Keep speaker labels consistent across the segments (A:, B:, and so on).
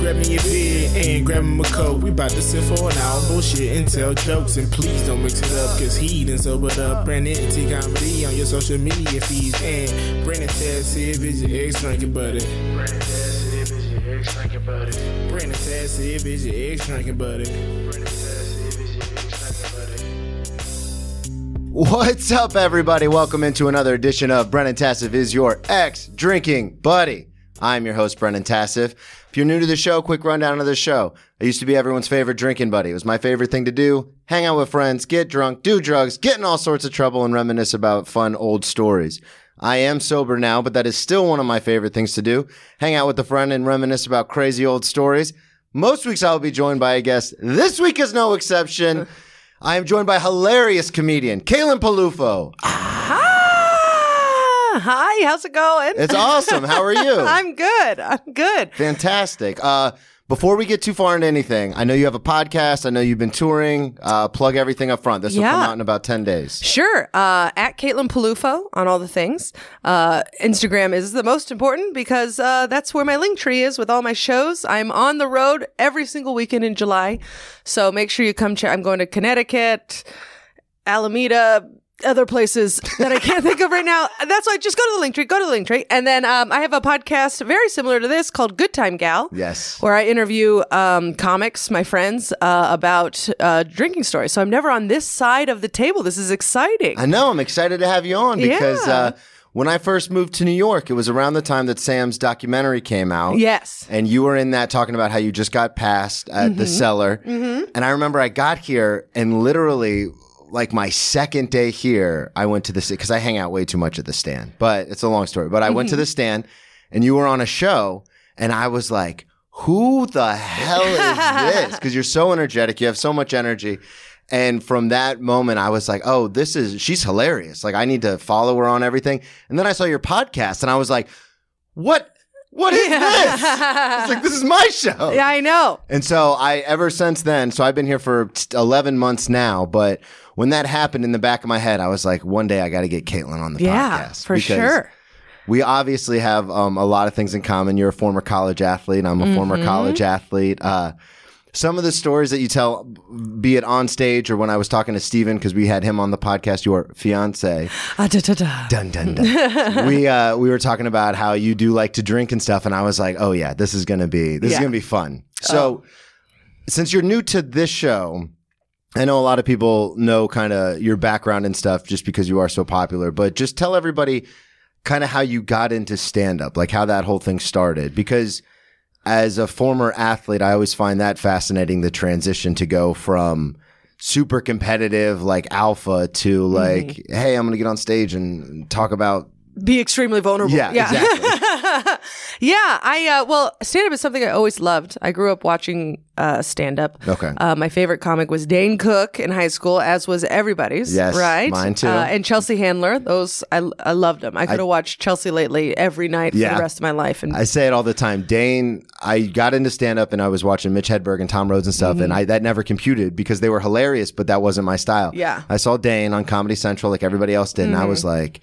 A: grabbing your bed and grabbing my coat. We about to sit for an hour, bullshit and tell jokes. And please don't mix it up, cause he done sobered up. Brandon T comedy on your social media feeds. And Brandon Taz if it's your ex drinking buddy.
B: Brandon Taz, if it's your ex drinking buddy.
A: Brandon Taz if it's your ex drinking buddy.
B: Brandon Taz, if it's your ex drinking buddy.
C: What's up, everybody? Welcome into another edition of Brennan Tassif is your ex drinking buddy. I'm your host, Brennan Tassif. If you're new to the show, quick rundown of the show. I used to be everyone's favorite drinking buddy. It was my favorite thing to do hang out with friends, get drunk, do drugs, get in all sorts of trouble, and reminisce about fun old stories. I am sober now, but that is still one of my favorite things to do hang out with a friend and reminisce about crazy old stories. Most weeks I'll be joined by a guest. This week is no exception. I am joined by hilarious comedian Kalen Palufo.
D: Ah, hi, how's it going?
C: It's awesome. How are you?
D: I'm good. I'm good.
C: fantastic. Uh, before we get too far into anything, I know you have a podcast. I know you've been touring. Uh, plug everything up front. This will come
D: Yeah.
C: out in about ten days.
D: Sure. Uh, at Caitlin Palufo on all the things. Uh, Instagram is the most important because uh, that's where my link tree is with all my shows. I'm on the road every single weekend in July. So make sure you come check. I'm going to Connecticut, Alameda, other places that I can't think of right now. That's why just go to the link tree, go to the link tree. And then um, I have a podcast very similar to this called Good Time Gal.
C: Yes.
D: where I interview um, comics, my friends, uh, about uh, drinking stories. So I'm never on this side of the table. This is exciting.
C: I know. I'm excited to have you on because
D: Yeah.
C: uh, when I first moved to New York, it was around the time that Sam's documentary came out.
D: yes.
C: And you were in that talking about how you just got passed at the cellar. And I remember I got here and literally, like my second day here, I went to the because I hang out way too much at the stand. But it's a long story. But I went to the stand, and you were on a show, and I was like, "Who the hell is this?" Because you're so energetic, you have so much energy. And from that moment, I was like, "Oh, this is she's hilarious! Like I need to follow her on everything." And then I saw your podcast, and I was like, "What?" What is this? It's like this is my show.
D: Yeah, I know.
C: And so I ever since then, so I've been here for t- 11 months now, but when that happened in the back of my head, I was like, one day I got to get Caitlin on the
D: Yeah,
C: podcast.
D: for
C: because
D: sure.
C: We obviously have um, a lot of things in common. You're a former college athlete. and I'm a former
D: Mm-hmm.
C: college athlete. Uh, some of the stories that you tell, be it on stage or when I was talking to Steven, because we had him on the podcast, your fiance
D: Ah, da, da, da.
C: dun dun dun. we uh, we were talking about how you do like to drink and stuff, and I was like, oh yeah, this is gonna be this is
D: Yeah.
C: gonna be fun. So, since you're new to this show, I know a lot of people know kind of your background and stuff just because you are so popular, but just tell everybody kind of how you got into stand up, like how that whole thing started, because. As a former athlete, I always find that fascinating the transition to go from super competitive, like alpha, to
D: Mm-hmm.
C: like, hey, I'm going to get on stage and talk about
D: Be extremely vulnerable.
C: Yeah, exactly.
D: yeah, I, uh, well, stand up is something I always loved. I grew up watching uh, stand up.
C: Okay.
D: Uh, my favorite comic was Dane Cook in high school, as was everybody's.
C: Yes,
D: right.
C: mine too.
D: Uh, and Chelsea Handler. Those I, I loved them. I could have watched Chelsea lately every night for
C: Yeah.
D: the rest of my life. And
C: I say it all the time. Dane, I got into stand up and I was watching Mitch Hedberg and Tom Rhodes and stuff,
D: Mm-hmm.
C: and I that never computed because they were hilarious, but that wasn't my style.
D: Yeah. Mm-hmm.
C: I saw Dane on Comedy Central like everybody else did, and I was like,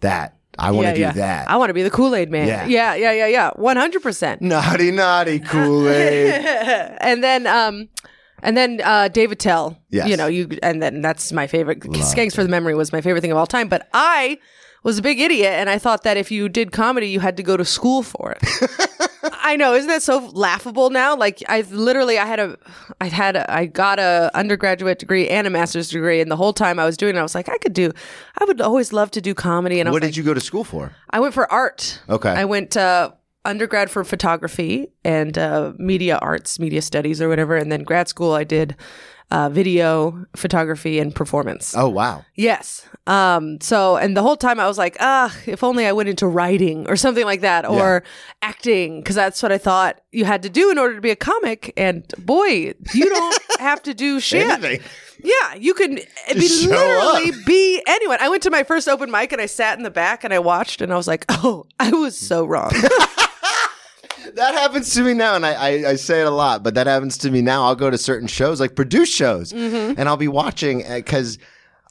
C: that. I want to
D: yeah,
C: do
D: yeah.
C: that.
D: I want to be the Kool Aid man.
C: Yeah.
D: yeah, yeah, yeah, yeah. One hundred percent.
C: naughty, naughty Kool Aid.
D: And then, um, and then uh, David Tell.
C: Yes.
D: You know, you and then that's my favorite. Skanks for the Memory was my favorite thing of all time. But I was a big idiot, and I thought that if you did comedy, you had to go to school for it. I know, isn't that so laughable now? Like I literally, I had a, I had, a, I got a undergraduate degree and a master's degree, and the whole time I was doing, it, I was like, I could do, I would always love to do comedy, and I was
C: what
D: like,
C: did you go to school for?
D: I went for art.
C: Okay.
D: I went uh, undergrad for photography and uh, media arts, media studies, or whatever. And then grad school, I did uh, video, photography, and performance.
C: Oh, wow.
D: Yes. Um, so, and the whole time I was like, ah, if only I went into writing or something like that, or acting, because that's what I thought you had to do in order to be a comic. And boy, you don't have to do shit.
C: Anything.
D: Yeah, you can be
C: show
D: literally
C: up.
D: be anyone. I went to my first open mic and I sat in the back and I watched and I was like, oh, I was so wrong.
C: That happens to me now, and I, I, I say it a lot, but
D: Mm-hmm.
C: that happens to me now. I'll go to certain shows, like produce shows, and I'll be watching because uh,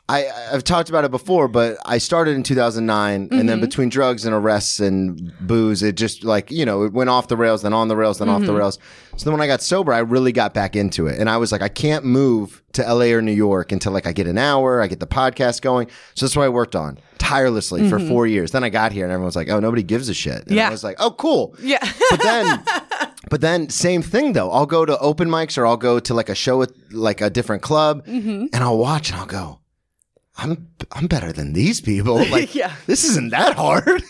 C: I, I've talked about it before, but I started in 2009, and
D: Mm-hmm.
C: then between drugs and arrests and booze, it just like you know it went off the rails, then on the rails, then off
D: Mm-hmm.
C: the rails. So then when I got sober, I really got back into it, and I was like, I can't move to LA or New York until like I get an hour, I get the podcast going. So that's what I worked on tirelessly for four years. Then I got here, and everyone's like, Oh, nobody gives a shit. And
D: Mm-hmm. Yeah.
C: I was like, Oh, cool.
D: Yeah.
C: But then, but then, same thing though. I'll go to open mics or I'll go to like a show at like a different club,
D: Mm-hmm.
C: and I'll watch and I'll go, I'm I'm better than these people. Like,
D: Yeah.
C: this isn't that hard.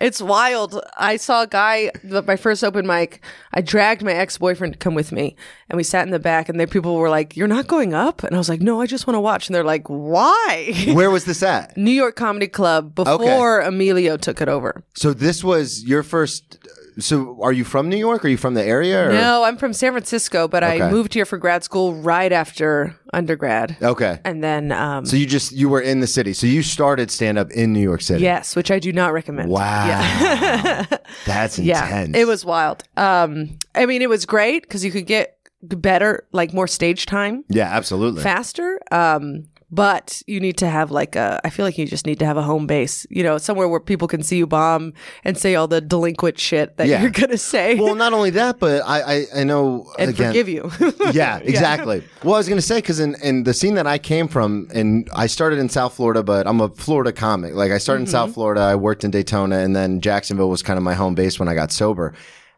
D: It's wild. I saw a guy at my first open mic. I dragged my ex boyfriend to come with me, and we sat in the back. And then people were like, "You're not going up," and I was like, "No, I just want to watch." And they're like, "Why?"
C: Where was this at?
D: New York Comedy Club before Emilio took it over.
C: So this was your first. So are you from New York? Are you from the area? Or?
D: No, I'm from San Francisco, but I
C: Okay.
D: moved here for grad school right after undergrad,
C: Okay.
D: and then um,
C: So you just you were in the city. So you started stand up in New York City.
D: yes, which I do not recommend.
C: Wow.
D: Yeah.
C: That's
D: Yeah,
C: intense.
D: it was wild. Um, I mean, it was great because you could get better, like more stage time
C: Yeah, absolutely.
D: faster. Um, but you need to have like a, I feel like you just need to have a home base, you know, somewhere where people can see you bomb and say all the delinquent shit that
C: Yeah.
D: you're going to say
C: well, not only that, but I I, I know
D: and
C: again,
D: forgive you.
C: yeah, exactly. Well, I was going to say because in, in the scene that I came from, and I started in South Florida, but I'm a Florida comic. Like I started in South Florida, I worked in Daytona, and then Jacksonville was kind of my home base when I got sober.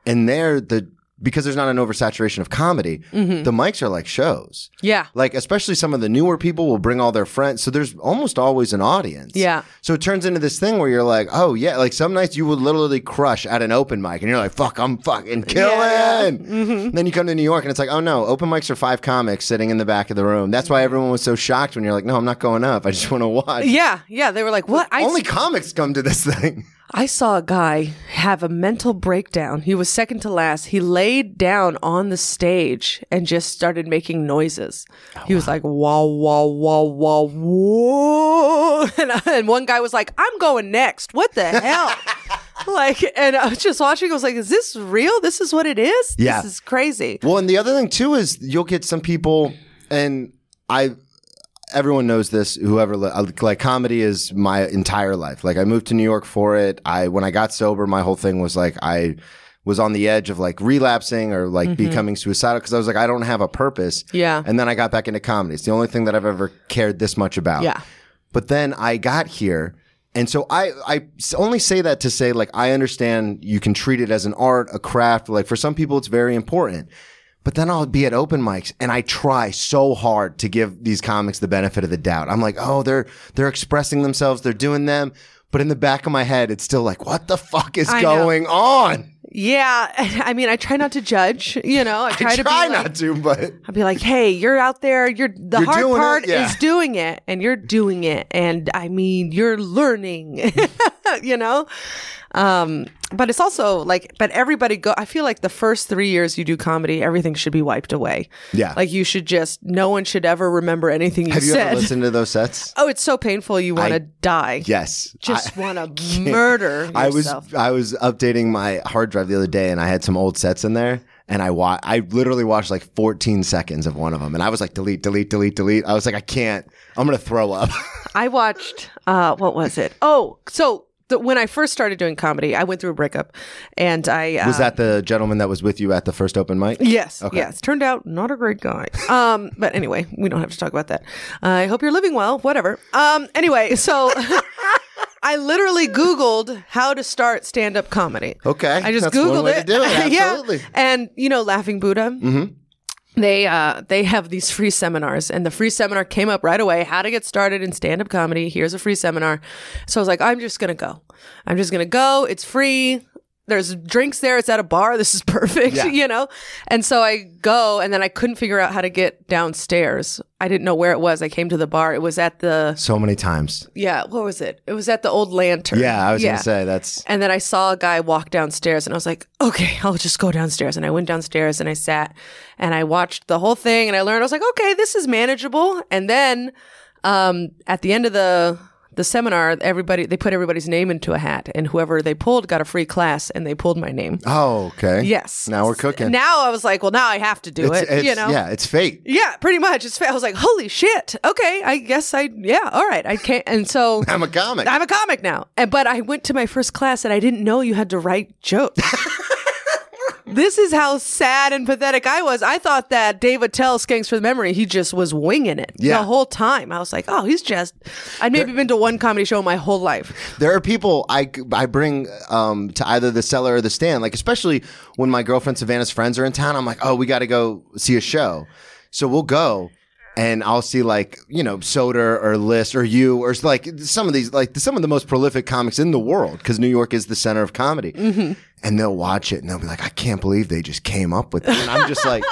C: And there, the because there's not an oversaturation of comedy, the mics are like shows.
D: yeah.
C: Like especially some of the newer people will bring all their friends, so there's almost always an audience.
D: Yeah.
C: So it turns into this thing where you're like, oh yeah, like some nights you would literally crush at an open mic, and you're like, fuck, I'm fucking killing.
D: Yeah, Mm-hmm.
C: Then you come to New York, and it's like, oh no, open mics are five comics sitting in the back of the room. That's why everyone was so shocked when you're like, no, I'm not going up. I just want to watch.
D: Yeah. Yeah. They were like, what? I,
C: Only comics come to this thing.
D: I saw a guy have a mental breakdown. He was second to last. He laid down on the stage and just started making noises.
C: Oh,
D: he was like, wah, wah, wah, wah, wah. And, and one guy was like, I'm going next. What the hell? like, and I was just watching. I was like, is this real? This is what it is?
C: Yeah.
D: This is crazy.
C: Well, and the other thing too is you'll get some people, and I, everyone knows this. Whoever li- I- like comedy is my entire life. Like I moved to New York for it. I when I got sober, my whole thing was like I was on the edge of like relapsing or like becoming suicidal because I was like I don't have a purpose.
D: Mm-hmm. Yeah.
C: And then I got back into comedy. It's the only thing that I've ever cared this much about.
D: Yeah.
C: But then I got here. And so I, I s- only say that to say, like, I understand you can treat it as an art, a craft. Like, for some people, it's very important. But then I'll be at open mics and I try so hard to give these comics the benefit of the doubt. I'm like, oh, they're, they're expressing themselves. They're doing them. But in the back of my head, it's still like, what the fuck is
D: I know.
C: going on?
D: Yeah. I mean, I try not to judge, you know, I try
C: I
D: to
C: try
D: be like,
C: not to, but
D: I'd be like, "Hey, you're out there. You're the
C: You're
D: hard
C: doing it,
D: part
C: yeah.
D: is doing it, and you're doing it, and I mean, you're learning, you know." Um, but it's also like, but everybody go. I feel like the first three years you do comedy, everything should be wiped away.
C: Yeah.
D: like you should just. No one should ever remember anything you
C: have you
D: said.
C: ever listened to those sets?
D: oh, it's so painful. You want to
C: I-
D: die.
C: Yes.
D: just want to murder
C: I was
D: yourself.
C: I was updating my hard drive the other day, and I had some old sets in there, and I wa- I literally watched like 14 seconds of one of them, and I was like, delete, delete, delete, delete. I was like, I can't. I'm gonna throw up.
D: I watched uh what was it? Oh, so the, when I first started doing comedy, I went through a breakup and I uh,
C: was that the gentleman that was with you at the first open mic?
D: Yes. Yes. Turned out not a great guy. Um, but anyway, we don't have to talk about that. I hope you're living well, whatever. Um, anyway, so I literally Googled how to start stand up comedy.
C: Okay,
D: I just
C: that's
D: Googled
C: one way to
D: it.
C: do it,
D: yeah.
C: absolutely.
D: And you know, Laughing Buddha. They uh they have these free seminars and the free seminar came up right away how to get started in stand up comedy here's a free seminar so I was like I'm just going to go I'm just going to go it's free there's drinks there it's at a bar this is perfect you know and so I go and then I couldn't figure out how to get downstairs I didn't know where it was I came to the bar it was at the
C: So many times.
D: yeah what was it it was at the old lantern
C: Yeah, I was gonna say that's.
D: and then I saw a guy walk downstairs and I was like, okay, I'll just go downstairs. And I went downstairs and I sat and I watched the whole thing and I learned, I was like, okay, this is manageable. And then, um, at the end of the, the seminar, everybody they put everybody's name into a hat, and whoever they pulled got a free class, and they pulled my name.
C: Oh, okay.
D: Yes.
C: Now we're cooking.
D: Now I was like, well, now I have to do
C: it's,
D: it.
C: it's-
D: you know.
C: Yeah, it's fate.
D: Yeah, pretty much. It's. I was like, holy shit. Okay, I guess I. Yeah, all right. I can't. And so
C: I'm a comic.
D: I'm a comic now. And, but I went to my first class and I didn't know you had to write jokes. this is how sad and pathetic I was. I thought that Dave Attell, Skanks for the Memory, he just was winging it
C: Yeah.
D: the whole time. I was like, oh, he's just. I'd maybe been to one comedy show my whole life.
C: There are people I, I bring um, to either the cellar or the stand, like especially when my girlfriend Savannah's friends are in town. I'm like, oh, we got to go see a show, so we'll go, and I'll see like you know Soder or List or you or like some of these like some of the most prolific comics in the world because New York is the center of comedy, and they'll watch it and they'll be like, I can't believe they just came up with it, and I'm just like,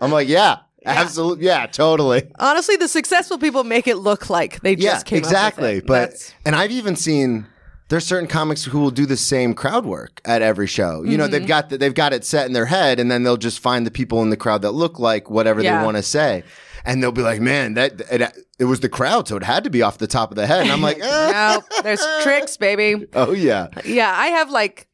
C: I'm like, yeah, absolutely, yeah, totally.
D: Honestly, the successful people make it look like they
C: Yeah,
D: just came up with
C: exactly.
D: it.
C: But
D: That's-
C: and I've even seen there's certain comics who will do the same crowd work at every show. You know,
D: Mm-hmm.
C: they've got the, they've got it set in their head, and then they'll just find the people in the crowd that look like whatever
D: Yeah.
C: they want to say, and they'll be like, "Man, that it, it was the crowd, so it had to be off the top of the head." And I'm like, eh,
D: no, there's tricks, baby.
C: "Oh yeah,
D: Yeah, I have like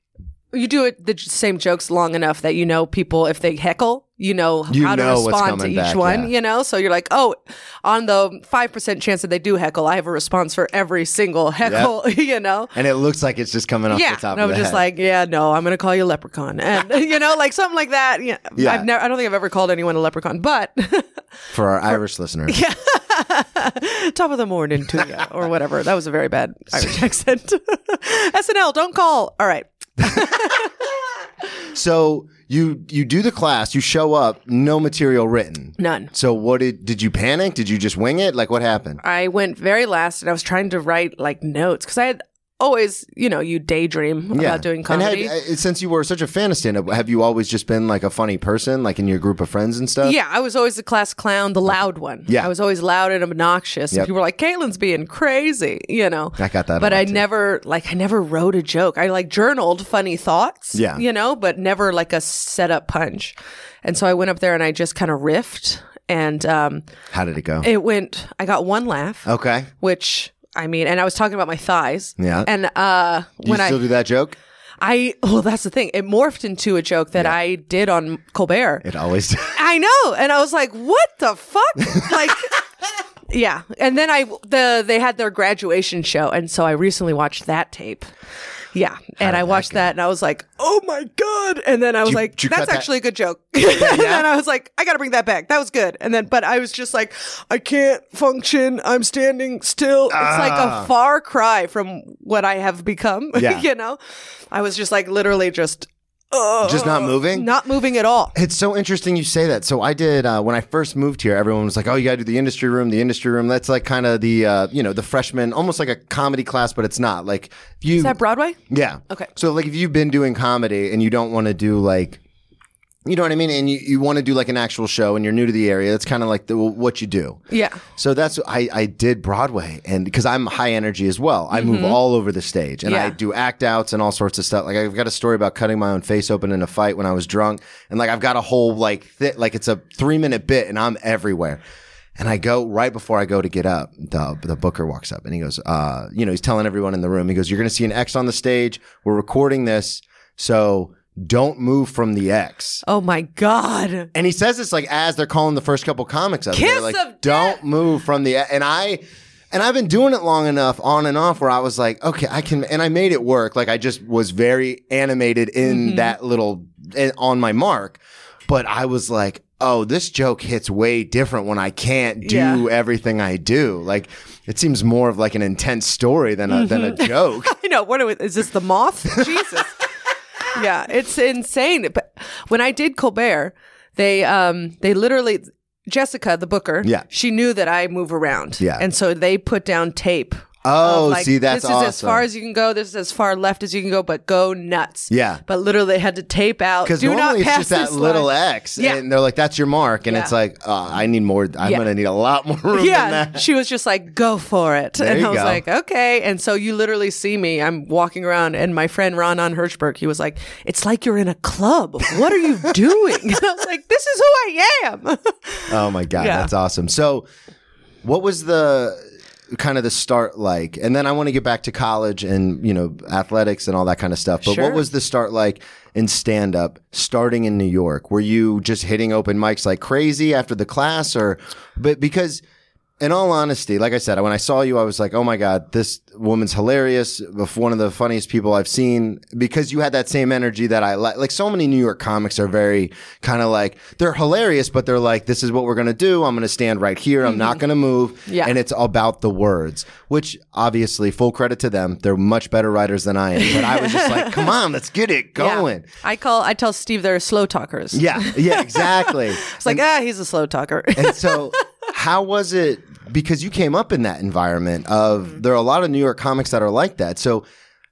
D: you do it the j- same jokes long enough that you know people if they heckle, you know
C: You
D: how
C: know
D: to
C: what's
D: respond to
C: coming
D: each
C: back,
D: one.
C: yeah.
D: You know, so you're like, oh, on the five percent chance that they do heckle, I have a response for every single heckle. You know.
C: and it looks like it's just coming off
D: Yeah,
C: the top
D: and
C: of
D: I'm
C: the
D: just
C: head."
D: like, yeah, no, I'm gonna call you a leprechaun, and you know, like something like that. Yeah,
C: Yeah.
D: I've never, I don't think I've ever called anyone a leprechaun, but
C: for our Irish listeners.
D: top of the morning to you or whatever. That was a very bad Irish accent. SNL, don't call. All right,
C: So you you do the class, you show up, no material written,
D: None.
C: So what did did you panic? Did you just wing it? Like what happened?
D: I went very last and I was trying to write like notes because I had always, you know, you daydream about doing comedy.
C: And had, uh, since you were such a fan of stand up, have you always just been like a funny person, like in your group of friends and stuff?
D: yeah, I was always the class clown, the loud one.
C: Yeah.
D: I was always loud and obnoxious. And
C: Yep.
D: people were like, Caitlin's being crazy, you know.
C: I got that a
D: But
C: lot,
D: I
C: too.
D: never, like, I never wrote a joke. I, like, journaled funny thoughts,
C: Yeah.
D: you know, but never, like, a setup punch. And so I went up there and I just kind of riffed. And um,
C: How did it go?
D: it went, I got one laugh,
C: okay.
D: which, I mean, and I was talking about my thighs.
C: Yeah.
D: And uh,
C: Do you
D: when I.
C: still do that joke?
D: I well, that's the thing. It morphed into a joke that I did on Colbert.
C: It always.
D: I know, and I was like, "What the fuck?" like, yeah. And then I the they had their graduation show, and so I recently watched that tape. Yeah, and I watched that, and I was like, "Oh my god!" And then I was
C: you-
D: like,
C: did you cut
D: "That's
C: that-
D: actually a good joke." and then I was like, "I got to bring that back. That was good." And then, but I was just like, "I can't function. I'm standing still." It's like a far cry from what I have become.
C: Ah. Yeah.
D: you know, I was just like literally just
C: just not
D: Oh,
C: moving?
D: not moving at all.
C: It's so interesting you say that. So I did uh, when I first moved here. Everyone was like, "Oh, you got to do the industry room, the industry room." That's like kind of the uh, you know the freshman, almost like a comedy class, but it's not. Like you
D: Is that Broadway?
C: Yeah.
D: Okay.
C: So like if you've been doing comedy and you don't want to do like you know what I mean and you, you want to do like an actual show and you're new to the area, that's kind of like the, what you do.
D: Yeah.
C: So that's I I did Broadway and because I'm high energy as well. I move all over the stage and I
D: Yeah.
C: do act outs and all sorts of stuff. Like I've got a story about cutting my own face open in a fight when I was drunk and like I've got a whole like th- like it's a 3 minute bit and I'm everywhere. And I go right before I go to get up. The, the booker walks up and he goes, uh, you know, he's telling everyone in the room. He goes, "You're going to see an X on the stage. We're recording this, so don't move from the X."
D: Oh my God.
C: And he says this like as they're calling the first couple comics up.
D: Kiss
C: They're like,
D: of
C: don't move from the e-" and I and I've been doing it long enough on and off where I was like, okay, I can and I made it work. Like I just was very animated in
D: Mm-hmm.
C: that little eh, on my mark. But I was like, oh, this joke hits way different when I can't do
D: Yeah.
C: everything I do. Like it seems more of like an intense story than a, than a
D: Mm-hmm.
C: joke.
D: I know. What are we, is this? The moth? Jesus. Yeah, it's insane. But when I did Colbert, they um they literally Jessica the booker.
C: Yeah.
D: she knew that I move around.
C: Yeah.
D: and so they put down tape. of,
C: Oh,
D: like,
C: see, that's
D: this is
C: awesome.
D: as far as you can go. This is as far left as you can go, but go nuts.
C: Yeah.
D: but literally they had to tape out.
C: Because
D: Do not
C: normally it's
D: pass
C: just that
D: this
C: little
D: line.
C: X,
D: Yeah.
C: and they're like, "That's your mark," and it's
D: Yeah.
C: like, uh, "I need more. I'm
D: Yeah.
C: gonna need a lot more room
D: Yeah,
C: than that."
D: she was just like, "Go for it," and
C: you
D: I was
C: go.
D: like, "Okay." And so you literally see me. I'm walking around, and my friend Ron on Hirschberg, he was like, "It's like you're in a club. What are you doing?" and I was like, "This is who I am."
C: Oh my god,
D: Yeah.
C: that's awesome. So, what was the kind of the start like? And then I want to get back to college and, you know, athletics and all that kind of stuff. But
D: Sure.
C: what was the start like in stand up starting in New York? Were you just hitting open mics like crazy after the class or, but because, in all honesty, like I said, when I saw you, I was like, oh my God, this woman's hilarious. One of the funniest people I've seen because you had that same energy that I like. Like so many New York comics are very kind of like, they're hilarious, but they're like, this is what we're going to do. I'm going to stand right here. I'm not going to move.
D: Mm-hmm. Yeah.
C: And it's about the words, which obviously full credit to them. They're much better writers than I am. But I was just like, come on, let's get it
D: Yeah.
C: going.
D: I call I tell Steve they're slow talkers.
C: Yeah. Yeah, exactly.
D: It's like, ah, he's a slow talker.
C: And so, how was it? Because you came up in that environment
D: Mm-hmm.
C: of there are a lot of New York comics that are like that. So,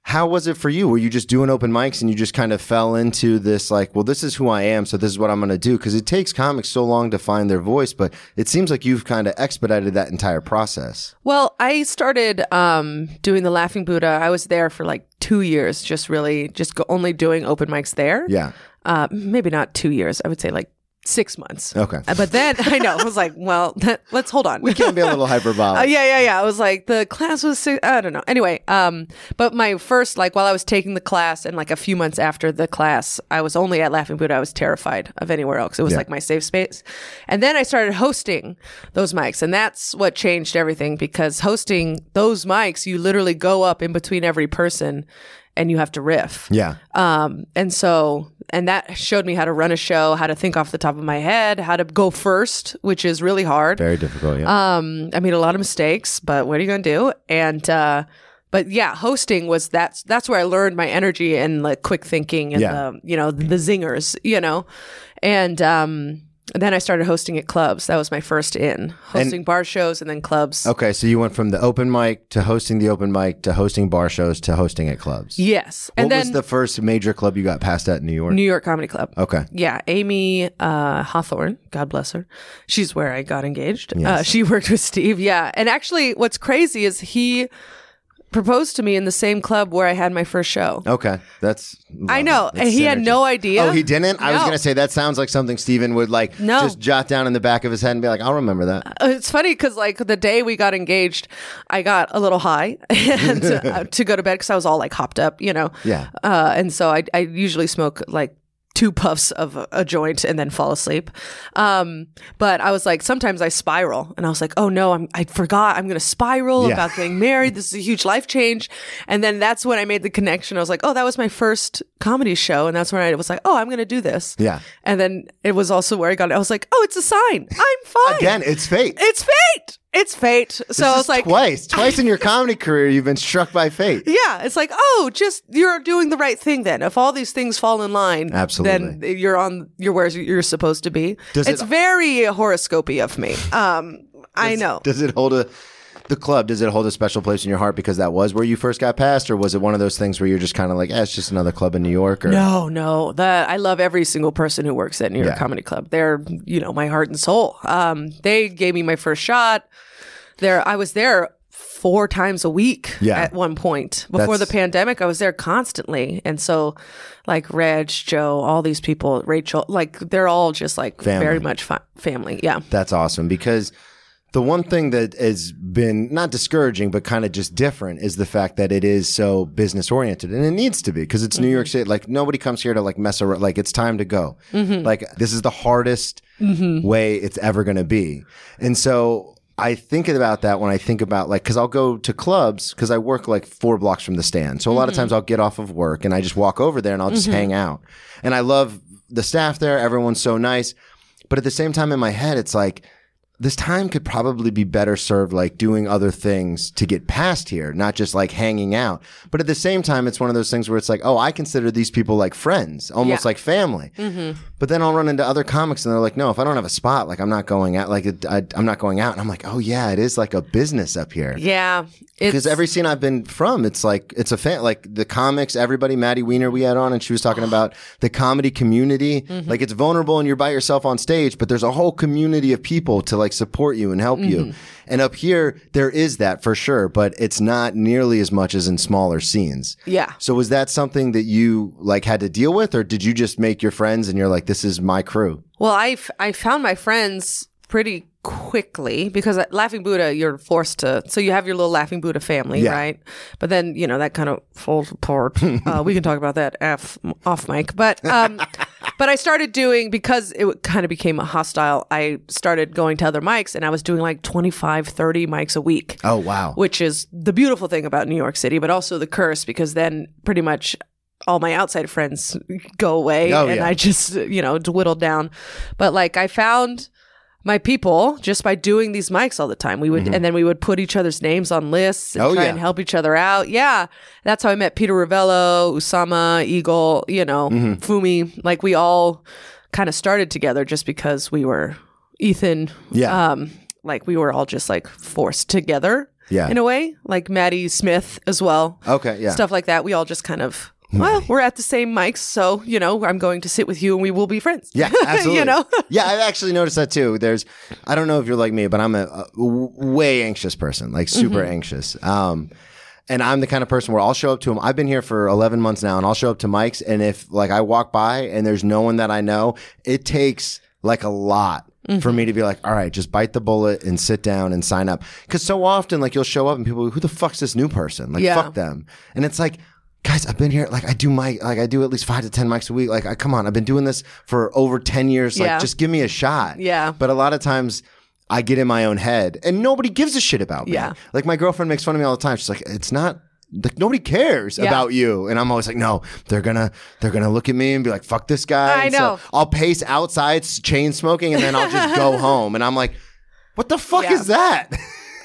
C: how was it for you? Were you just doing open mics and you just kind of fell into this like, well, this is who I am, so this is what I'm going to do? Because it takes comics so long to find their voice, but it seems like you've kind of expedited that entire process.
D: Well, I started um, doing the Laughing Buddha. I was there for like two years, just really, just go, only doing open mics there.
C: Yeah.
D: Uh, maybe not two years. I would say like six months.
C: Okay.
D: Uh, But then I know I was like, well, let's hold on.
C: We can be a little hyperbolic.
D: Uh, yeah, yeah, yeah. I was like, the class was, si- I don't know. Anyway, um, but my first, like, while I was taking the class and like a few months after the class, I was only at Laughing Buddha. I was terrified of anywhere else. It was
C: Yeah.
D: like my safe space. And then I started hosting those mics, and that's what changed everything because hosting those mics, you literally go up in between every person and you have to riff.
C: Yeah.
D: Um, and so, and that showed me how to run a show, how to think off the top of my head, how to go first, which is really hard.
C: Very difficult. Yeah.
D: Um, I made a lot of mistakes, but what are you gonna do? And uh, but yeah, hosting was that's that's where I learned my energy and like quick thinking and
C: Yeah.
D: the you know the zingers, you know, and um, then I started hosting at clubs. That was my first in hosting bar shows and then clubs.
C: okay. So, you went from the open mic to hosting the open mic to hosting bar shows to hosting at clubs.
D: Yes,
C: What
D: and then
C: was the first major club you got passed at in New York?
D: New York Comedy Club.
C: okay.
D: Yeah, Amy uh, Hawthorne, God bless her. She's where I got engaged. Uh, she worked with Steve. Yeah. And actually, what's crazy is he proposed to me in the same club where I had my first show.
C: Okay, that's.
D: I know.
C: Oh, That's
D: and he had
C: synergy.
D: no idea.
C: Oh, he didn't. I was
D: No.
C: gonna say that sounds like something Steven would like
D: No.
C: just jot down in the back of his head and be like, "I'll remember that."
D: Uh, It's funny because, like, the day we got engaged, I got a little high and uh, to go to bed because I was all like hopped up, you know?
C: Yeah.
D: Uh, and so I, I usually smoke like two puffs of a- a joint and then fall asleep. Um, but I was like, sometimes I spiral and I was like, oh no, I'm, I forgot I'm going to spiral
C: Yeah.
D: about getting married. This is a huge life change. And then that's when I made the connection. I was like, oh, that was my first comedy show. And that's when I was like, oh, I'm going to do this.
C: Yeah.
D: And then it was also where I got it. I was like, oh, it's a sign. I'm fine.
C: Again, it's fate.
D: It's fate. It's fate. So
C: This
D: I
C: is
D: was like,
C: twice, twice in your comedy career, you've been struck by fate.
D: yeah, it's like, oh, just you're doing the right thing then. If all these things fall in line,
C: Absolutely.
D: then you're on you're where you're supposed to be.
C: Does
D: it's
C: it-
D: very horoscopy of me. Um, I know.
C: Does it hold a the club? Does it hold a special place in your heart because that was where you first got passed, or was it one of those things where you're just kind of like, eh, "It's just another club in New York"? Or
D: No, no. That I love every single person who works at New York
C: Yeah.
D: Comedy Club. They're, you know, my heart and soul. Um, they gave me my first shot. There, I was there four times a week
C: Yeah.
D: at one point before
C: That's-
D: the pandemic. I was there constantly, and so like Reg, Joe, all these people, Rachel, like they're all just like
C: Family.
D: very much fi- family. Yeah.
C: That's awesome because the one thing that has been not discouraging but kind of just different is the fact that it is so business oriented and it needs to be because it's New York City. Like nobody comes here to like mess around. Like it's time to go. Like this is the hardest way it's ever going to be, and so. I think about that when I think about like, cause I'll go to clubs cause I work like four blocks from the stand. So a lot of times I'll get off of work and I just walk over there and I'll just hang out. And I love the staff there. Everyone's so nice. But at the same time, in my head, it's like this time could probably be better served like doing other things to get past here, not just like hanging out. But at the same time, it's one of those things where it's like, oh, I consider these people like friends, almost
D: Yeah.
C: like family. But then I'll run into other comics and they're like, no, if I don't have a spot, like I'm not going out, like it, I, I'm not going out. And I'm like, oh yeah, it is like a business up here.
D: Yeah.
C: Because every scene I've been from, it's like it's a fan. Like the comics, everybody. Maddie Weiner we had on, and she was
D: Oh.
C: talking about the comedy community.
D: Mm-hmm.
C: Like it's vulnerable, and you're by yourself on stage, but there's a whole community of people to like support you and help
D: Mm-hmm.
C: you. And up here, there is that for sure, but it's not nearly as much as in smaller scenes.
D: Yeah.
C: So was that something that you like had to deal with, or did you just make your friends and you're like, this is my crew?
D: Well, I, f- I found my friends pr- pretty quickly because at Laughing Buddha, you're forced to. So you have your little Laughing Buddha family,
C: Yeah.
D: right? But then you know that kind of falls apart. uh, we can talk about that af- off mic, but um, but I started doing because it kind of became a hostile. I started going to other mics, and I was doing like 25, 30 mics a week
C: Oh wow.
D: which is the beautiful thing about New York City, but also the curse because then pretty much all my outside friends go away
C: Oh,
D: and
C: yeah.
D: I just, you know, dwiddled down. But like I found my people just by doing these mics all the time. We would, and then we would put each other's names on lists and
C: Mm-hmm. Oh,
D: try
C: yeah.
D: and help each other out. Yeah. That's how I met Peter Ravello, Usama, Eagle, you know,
C: Mm-hmm.
D: Fumi. Like we all kind of started together just because we were Ethan.
C: Yeah.
D: Um, like we were all just like forced together
C: Yeah.
D: in a way, like Maddie Smith as well.
C: Okay, yeah. Hmm.
D: Stuff like that. We all just kind of, well, we're at the same mics. So, you know, I'm going to sit with you and we will be friends.
C: Yeah, absolutely.
D: you know?
C: yeah, I've actually noticed that too. There's, I don't know if you're like me, but I'm a, a w- way anxious person, like super anxious. Um, and I'm the kind of person where I'll show up to them. I've been here for 11 months now, and I'll show up to Mike's, and if like I walk by and there's no one that I know, it takes like a lot. For me to be like, all right, just bite the bullet and sit down and sign up. Cause so often, like, you'll show up and people, who the fuck's this new person? Like,
D: Yeah.
C: fuck them. And it's like, guys, I've been here. Like I do my, like I do at least five to 10 mics a week. Like I, come on, I've been doing this for over 10 years. Like
D: Yeah.
C: just give me a shot.
D: Yeah.
C: But a lot of times I get in my own head and nobody gives a shit about me.
D: Yeah.
C: Like my girlfriend makes fun of me all the time. She's like, it's not like nobody cares
D: Yeah.
C: about you. And I'm always like, no, they're gonna, they're gonna look at me and be like, fuck this guy.
D: I
C: And
D: know.
C: I'll pace outside s- chain smoking and then I'll just go home. And I'm like, what the fuck
D: Yeah.
C: is that?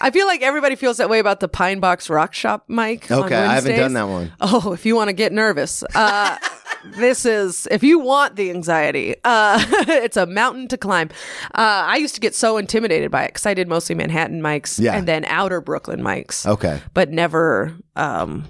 D: I feel like everybody feels that way about the Pine Box Rock Shop mic. on
C: okay. I haven't done
D: Wednesdays.
C: that one.
D: Oh, if you want to get nervous, uh, this is if you want the anxiety. Uh, it's a mountain to climb. Uh, I used to get so intimidated by it because I did mostly Manhattan mics
C: Yeah.
D: and then outer Brooklyn mics,
C: Okay.
D: but never um,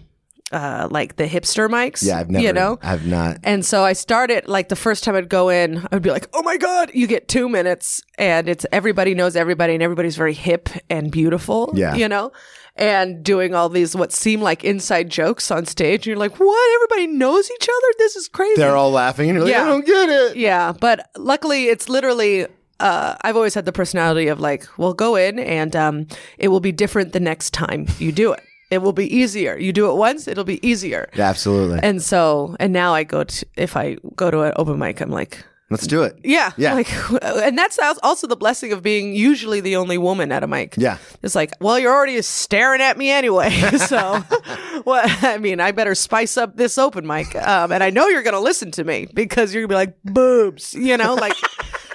D: uh, like the hipster mics.
C: Yeah. I've never,
D: you know.
C: I've not.
D: and so I started like the first time I'd go in, I'd be like, "Oh my god, you get two minutes!" And it's everybody knows everybody, and everybody's very hip and beautiful.
C: Yeah.
D: you know, and doing all these what seem like inside jokes on stage, and you're like, "What? Everybody knows each other? This is crazy."
C: they're all laughing and you're like,
D: Yeah.
C: I don't get it.
D: Yeah, but luckily it's literally uh, I've always had the personality of like, well, go in and um, it will be different the next time you do it. It will be easier. You do it once, it'll be easier.
C: Yeah, absolutely.
D: And so, and now I go to if I go to an open mic, I'm like,
C: Let's do it.
D: yeah,
C: Yeah.
D: Like, and that's al- also the blessing of being usually the only woman at a mic.
C: Yeah.
D: it's like, well, you're already staring at me anyway, so what? I mean, I better spice up this open mic, um, and I know you're gonna listen to me because you're gonna be like boobs, you know, like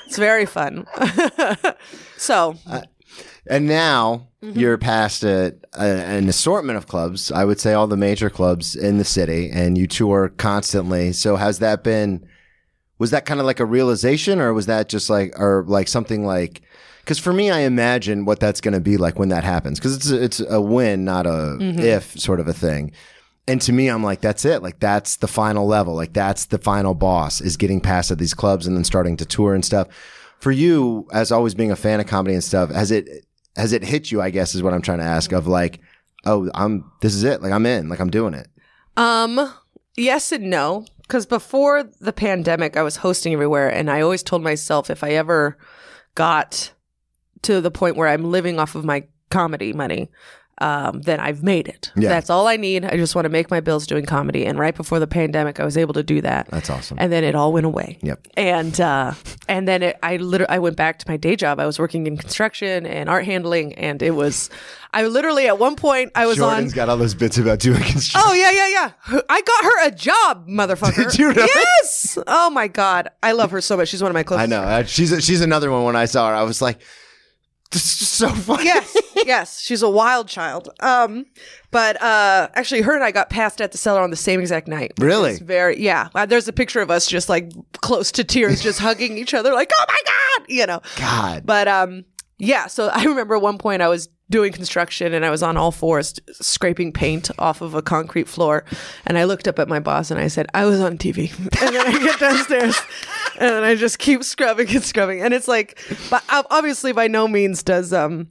D: it's very fun. so
C: And now you're past a, a, an assortment of clubs. I would say all the major clubs in the city, and you tour constantly. So has that been? Was that kind of like a realization, or was that just like, or like something like? Because for me, I imagine what that's going to be like when that happens. Because it's a, it's a win, not a if sort of a thing. And to me, I'm like, that's it. Like that's the final level. Like that's the final boss is getting past at these clubs and then starting to tour and stuff. For you, as always being a fan of comedy and stuff, has it has it hit you? I guess is what I'm trying to ask. Of like, oh, I'm this is it. Like I'm in. Like I'm doing it.
D: Um, yes and no. Because before the pandemic, I was hosting everywhere, and I always told myself if I ever got to the point where I'm living off of my comedy money, um, then I've made it.
C: Yeah.
D: That's all I need. I just want to make my bills doing comedy. And right before the pandemic, I was able to do that.
C: That's awesome.
D: And then it all went away.
C: Yep.
D: And uh, and then it, I literally I went back to my day job. I was working in construction and art handling, and it was I literally at one point I was on.
C: Jordan's got all those bits about doing construction.
D: Oh yeah, yeah, yeah. I got her a job, motherfucker.
C: Did you really?
D: Yes. Oh my god, I love her so much. She's one of my closest.
C: I know. Uh, she's she's another one. When I saw her, I was like, this is so funny.
D: Yes, yes. She's a wild child. Um, but uh, actually, her and I got passed at the cellar on the same exact night. which
C: Really?
D: is Very. Yeah. Uh, There's a picture of us just like close to tears, just hugging each other, like, oh my god, you know.
C: God.
D: But um, yeah. So I remember at one point I was doing construction and I was on all fours scraping paint off of a concrete floor, and I looked up at my boss and I said, "I was on TV." And then I get downstairs and then I just keep scrubbing and scrubbing, and it's like, but ob- obviously by no means does um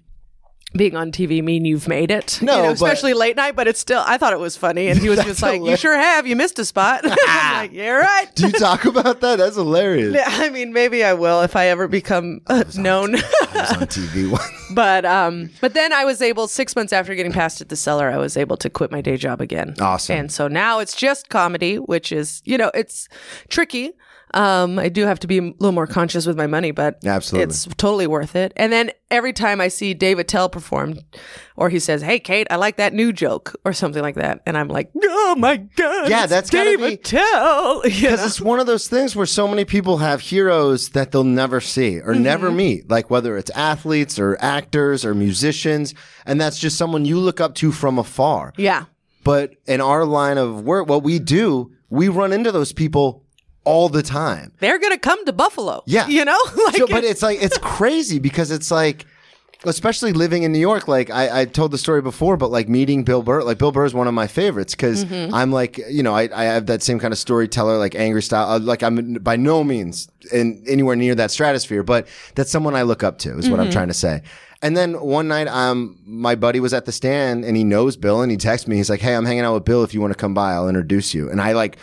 D: being on TV mean you've made it.
C: No,
D: you know,
C: but-
D: especially late night. But it's still, I thought it was funny, and he was just like, "You
C: hilarious.
D: sure have. You missed a spot." I'm like, "You're right."
C: Do you talk about that? That's hilarious.
D: I mean, maybe I will if I ever become uh, known.
C: I was on TV once.
D: but um, but then I was able six months after getting passed at the cellar, I was able to quit my day job again.
C: Awesome.
D: And so now it's just comedy, which is you know it's tricky. Um, I do have to be a little more conscious with my money, but
C: Absolutely.
D: it's totally worth it. And then every time I see David Tell perform, or he says, "Hey, Kate, I like that new joke," or something like that, and I'm like, "Oh my god,
C: Yeah,
D: it's
C: that's gotta
D: David
C: be-
D: Tell." You know?
C: Because it's one of those things where so many people have heroes that they'll never see
D: Mm-hmm.
C: or never meet, like whether it's athletes or actors or musicians. And that's just someone you look up to from afar.
D: yeah.
C: But in our line of work, what we do, we run into those people all the time.
D: they're gonna come to Buffalo.
C: Yeah.
D: you know, like
C: So- but it's like it's crazy because it's like, especially living in New York. Like I, I told the story before, but like meeting Bill Burr. Like Bill Burr is one of my favorites because I'm like, you know, I, I have that same kind of storyteller, like angry style. Uh, Like I'm by no means in anywhere near that stratosphere, but that's someone I look up to. Is what I'm trying to say. And then one night, um, my buddy was at the stand and he knows Bill and he texts me. He's like, "Hey, I'm hanging out with Bill. If you want to come by, I'll introduce you." And I like.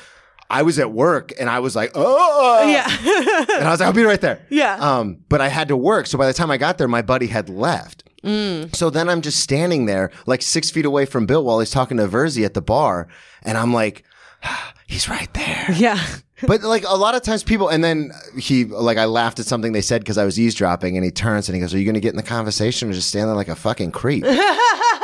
C: I was at work and I was like, oh,
D: yeah,
C: and I was like, I'll be right there.
D: Yeah.
C: Um, but I had to work. So by the time I got there, my buddy had left. So then I'm just standing there, like six feet away from Bill while he's talking to Verzi at the bar. And I'm like, "Ah, he's right there.
D: yeah,
C: but like a lot of times people, and then he, like, I laughed at something they said because I was eavesdropping. And he turns and he goes, Are you going to get in the conversation or just stand there like a fucking creep?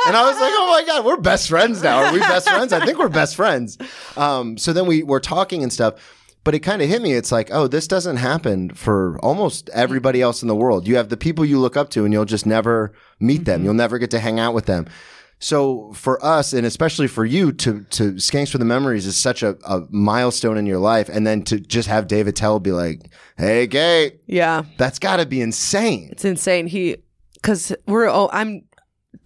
C: And I was like, oh my God, we're best friends now. Are we best friends? I think we're best friends. Um, so then we were talking and stuff, but it kind of hit me. It's like, oh, this doesn't happen for almost everybody else in the world. You have the people you look up to and you'll just never meet
D: Mm-hmm.
C: them. You'll never get to hang out with them. So for us, and especially for you, to to Skanks for the Memories is such a, a milestone in your life, and then to just have David Tell be like, "Hey, Gate,
D: yeah.
C: that's got to be insane."
D: It's insane. He, because we're oh, I'm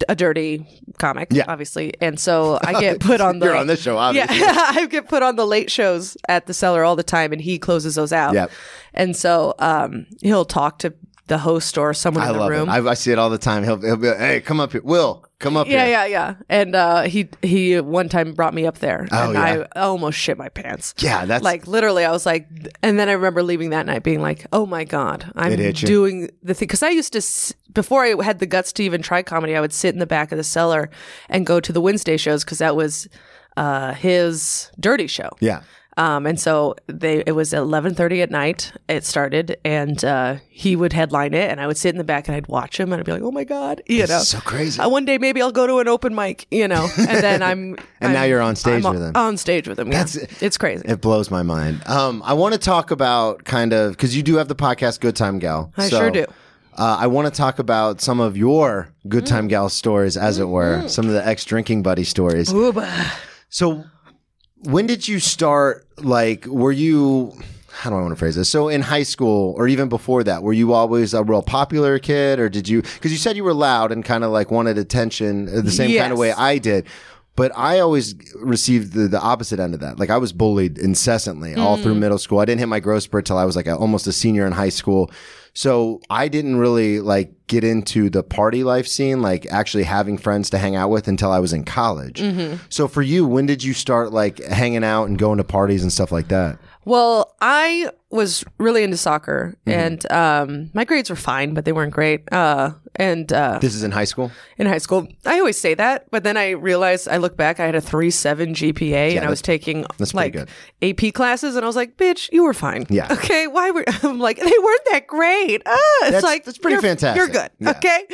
D: a dirty comic,
C: Yeah.
D: obviously, and so I get put on the
C: You're on this show,
D: yeah,
C: obviously.
D: I get put on the late shows at the cellar all the time, and he closes those out.
C: Yep.
D: and so um, he'll talk to the host or someone
C: I
D: in the
C: love
D: room.
C: it. I, I see it all the time. He'll, he'll be like, "Hey, come up here, Will, come up
D: yeah,
C: here."
D: yeah, yeah. And uh, he he one time brought me up there,
C: Oh,
D: and
C: yeah.
D: I almost shit my pants.
C: Yeah, that's
D: like literally i was like and then i remember leaving that night being like oh my god i'm
C: It hit you.
D: doing the thing because i used to s- before i had the guts to even try comedy i would sit in the back of the cellar and go to the wednesday shows because that was uh, his dirty show
C: yeah.
D: um, and so they it was 11:30 at night it started and uh, he would headline it and i would sit in the back and i'd watch him and i'd be like oh my god you know
C: It's so crazy.
D: uh, one day maybe I'll go to an open mic, you know, and then I'm
C: And now
D: I'm-
C: you're on stage
D: I'm
C: with him.
D: On stage with him, yeah. it's crazy.
C: It blows my mind. Um, I want to talk about kind of because you do have the podcast Good Time Gal.
D: I sure do.
C: Uh, I want to talk about some of your Good
D: Mm.
C: Time Gal stories, as it were, some of the ex drinking buddy stories.
D: Mm-hmm. Ooh, bah.
C: So, when did you start? Like, were you? How do I want to phrase this? So, in high school or even before that, were you always a real popular kid, or did you? Because you said you were loud and kind of like wanted attention uh, the same kind of
D: Yes.
C: way I did. But I always received the, the opposite end of that. Like I was bullied incessantly all
D: Mm.
C: through middle school. I didn't hit my growth spurt till I was like a, almost a senior in high school. So I didn't really like get into the party life scene, like actually having friends to hang out with until I was in college.
D: Mm-hmm.
C: So for you, when did you start like hanging out and going to parties and stuff like that?
D: Well, I was really into soccer,
C: Mm-hmm.
D: and um, my grades were fine, but they weren't great. Uh, and uh,
C: This is in high school.
D: in high school, I always say that, but then I realized I look back, I had a three seven GPA, and I was taking
C: that's
D: like
C: pretty
D: AP classes, and I was like, "Bitch, you were fine."
C: Yeah.
D: Okay. Why were I'm like they weren't that great? Ah, it's
C: That's-
D: like
C: that's pretty
D: you're-
C: fantastic.
D: You're good.
C: Yeah.
D: Okay.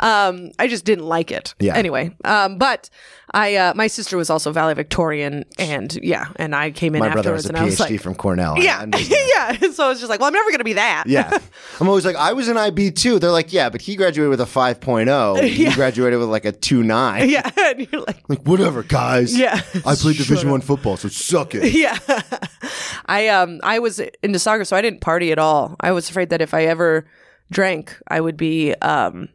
D: Um, I just didn't like it.
C: Yeah.
D: Anyway, um, but I uh, my sister was also valedictorian, and yeah, and I came in
C: My brother
D: afterwards,
C: has a
D: and I was
C: PhD
D: like,
C: from Cornell. I
D: yeah,
C: understand.
D: yeah. So I was just like, well, I'm never gonna be that.
C: Yeah. I'm always like, I was an IB too. They're like, yeah, but he graduated with a 5.0. You graduated with like a 2.9.
D: yeah. And you're like,
C: Like, whatever, guys.
D: Yeah.
C: I played Division One football, so suck it.
D: yeah. I um I was into soccer, so I didn't party at all. I was afraid that if I ever drank, I would be um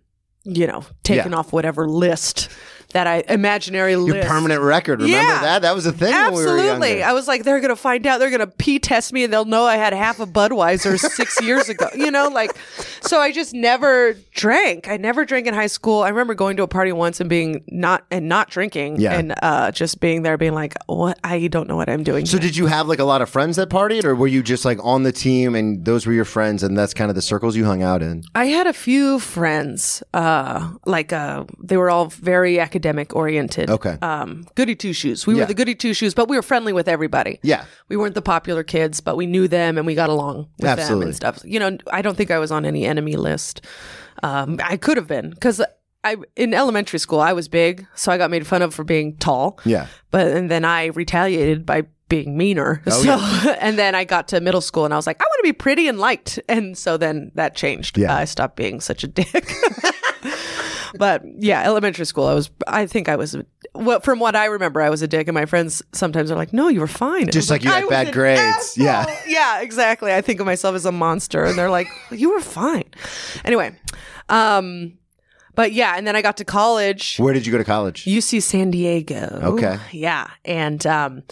D: you know taken
C: Yeah.
D: off whatever list that I imaginary
C: Your
D: list.
C: permanent record. Remember
D: Yeah.
C: that? That was a thing when we were
D: Absolutely.
C: younger.
D: I was like, they're going to find out. They're going to pee test me and they'll know I had half a Budweiser six years ago. You know, like, so I just never drank. I never drank in high school. I remember going to a party once and being not, and not drinking
C: Yeah.
D: and uh, just being there being like, what? I don't know what I'm doing.
C: so did you have like a lot of friends that partied or were you just like on the team and those were your friends and that's kind of the circles you hung out in?
D: I had a few friends, uh, like uh, they were all very academic oriented.
C: Okay.
D: Um, goody two shoes. We
C: Yeah.
D: were the goody two shoes, but we were friendly with everybody.
C: Yeah.
D: We weren't the popular kids, but we knew them and we got along with them
C: Absolutely.
D: and stuff. You know, I don't think I was on any enemy list. Um, I could have been because I in elementary school I was big, so I got made fun of for being tall.
C: Yeah.
D: But and then I retaliated by being meaner.
C: Oh,
D: so and then I got to middle school and I was like, I want to be pretty and liked. And so then that changed.
C: Yeah.
D: I stopped being such a dick. but yeah, elementary school I was I think I was well, from what I remember I was a dick and my friends sometimes are like, "No, you were fine." And I
C: Just
D: was
C: like you
D: "I
C: had
D: was
C: bad
D: an
C: grades."
D: asshole."
C: Yeah.
D: Yeah, exactly. I think of myself as a monster and they're like, "You were fine." Anyway, um but yeah, and then I got to college.
C: Where did you go to college?
D: UC San Diego.
C: Okay.
D: Yeah, and um,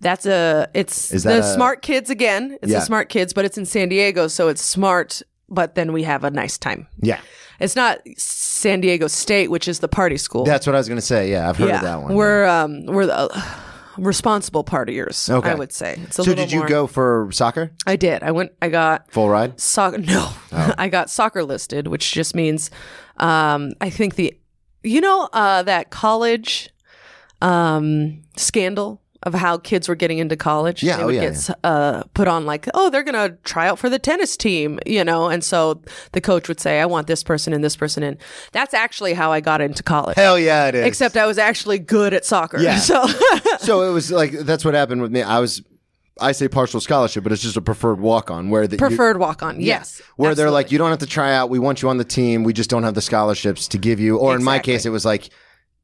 D: that's a it's
C: Is
D: the
C: that a-
D: smart kids again. It's
C: Yeah.
D: the smart kids, but it's in San Diego, so it's smart. But then we have a nice time.
C: yeah.
D: It's not San Diego State, which is the party school.
C: That's what I was going to say. Yeah. I've heard
D: yeah,
C: of that one.
D: we're um we're the. Uh, Responsible partiers,
C: Okay.
D: I would say. It's a
C: so
D: little
C: did you
D: more-
C: go for soccer?
D: I did. I went. I got
C: Full ride?
D: soccer. No,
C: Oh.
D: I got soccer listed, which just means, um, I think the, you know, uh, that college, um, scandal of how kids were getting into college.
C: Yeah,
D: they
C: oh,
D: would
C: yeah,
D: get Uh, put on like, oh, they're gonna try out for the tennis team, you know, and so the coach would say, I want this person and this person in. That's actually how I got into college.
C: Hell yeah, it is.
D: Except I was actually good at soccer.
C: Yeah.
D: So
C: so it was like that's what happened with me. I was I say partial scholarship, but it's just a preferred walk on where the you-
D: preferred walk on. Yes.
C: where they're
D: absolutely.
C: like you don't have to try out. We want you on the team. We just don't have the scholarships to give you. Or in my
D: Exactly.
C: case, it was like.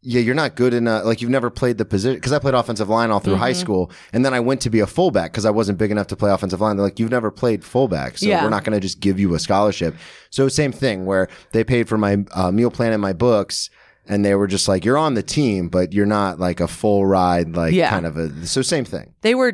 C: Yeah, you're not good enough. Like you've never played the position because I played offensive line all through
D: Mm-hmm.
C: high school, and then I went to be a fullback because I wasn't big enough to play offensive line. They're like, you've never played fullback, so
D: Yeah.
C: we're not going to just give you a scholarship. So same thing where they paid for my uh, meal plan and my books, and they were just like, you're on the team, but you're not like a full ride, like
D: Yeah.
C: kind of a. So same thing.
D: They were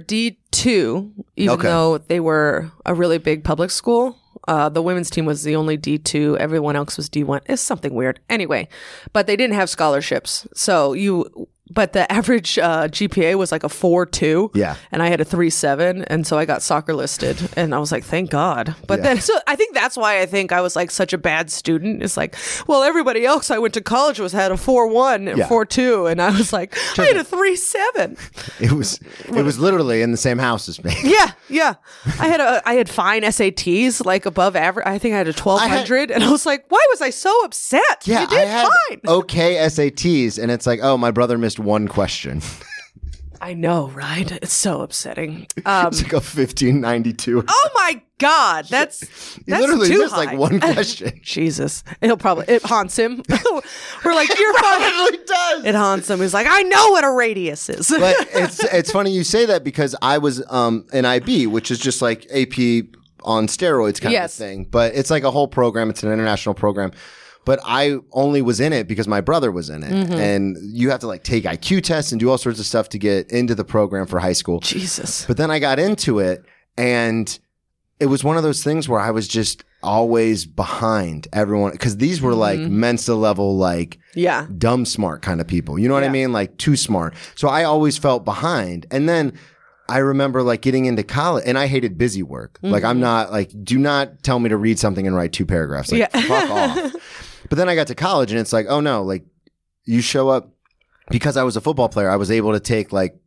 D: D2, even
C: Okay.
D: though they were a really big public school. Uh, the women's team was the only D2. Everyone else was D1. It's something weird. Anyway, but they didn't have scholarships. So you, but the average uh, GPA was like a 4 2.
C: Yeah.
D: And I had a 3 7. And so I got soccer listed. And I was like, thank God. But then, so I think that's why I think I was like such a bad student. It's like, well, everybody else I went to college was had a 4 1 and
C: Yeah.
D: 4 2. And I was like, I had a 3 7.
C: It was it was literally in the same house as me.
D: Yeah, yeah. I had a I had fine SATs, like above average. I think I had a twelve hundred, and I was like, why was I so upset?
C: Yeah,
D: you did
C: I had
D: fine.
C: okay SATs, and it's like, oh, my brother missed one question.
D: I know, right? It's so upsetting. Um,
C: it's like a fifteen ninety two.
D: oh my god, that's that's
C: he literally
D: too
C: missed
D: high.
C: like one question.
D: Jesus, it'll probably it haunts him. We're like, you're probably
C: does.
D: It haunts him. He's like, I know what a radius is.
C: but it's it's funny you say that because I was um an IB, which is just like AP on steroids kind
D: Yes.
C: of thing. But it's like a whole program. It's an international program. But I only was in it because my brother was in it,
D: Mm-hmm.
C: and you have to like take IQ tests and do all sorts of stuff to get into the program for high school.
D: Jesus.
C: But then I got into it and it was one of those things where I was just always behind everyone because these were like
D: Mm-hmm.
C: Mensa level, like
D: Yeah.
C: dumb smart kind of people. You know what I
D: Yeah.
C: mean? Like too smart. So I always felt behind. And then I remember like getting into college and I hated busy work. Like
D: Mm-hmm.
C: I'm not like, do not tell me to read something and write two paragraphs. Like
D: Yeah.
C: fuck off. But then I got to college and it's like, oh no, like you show up because I was a football player, I was able to take like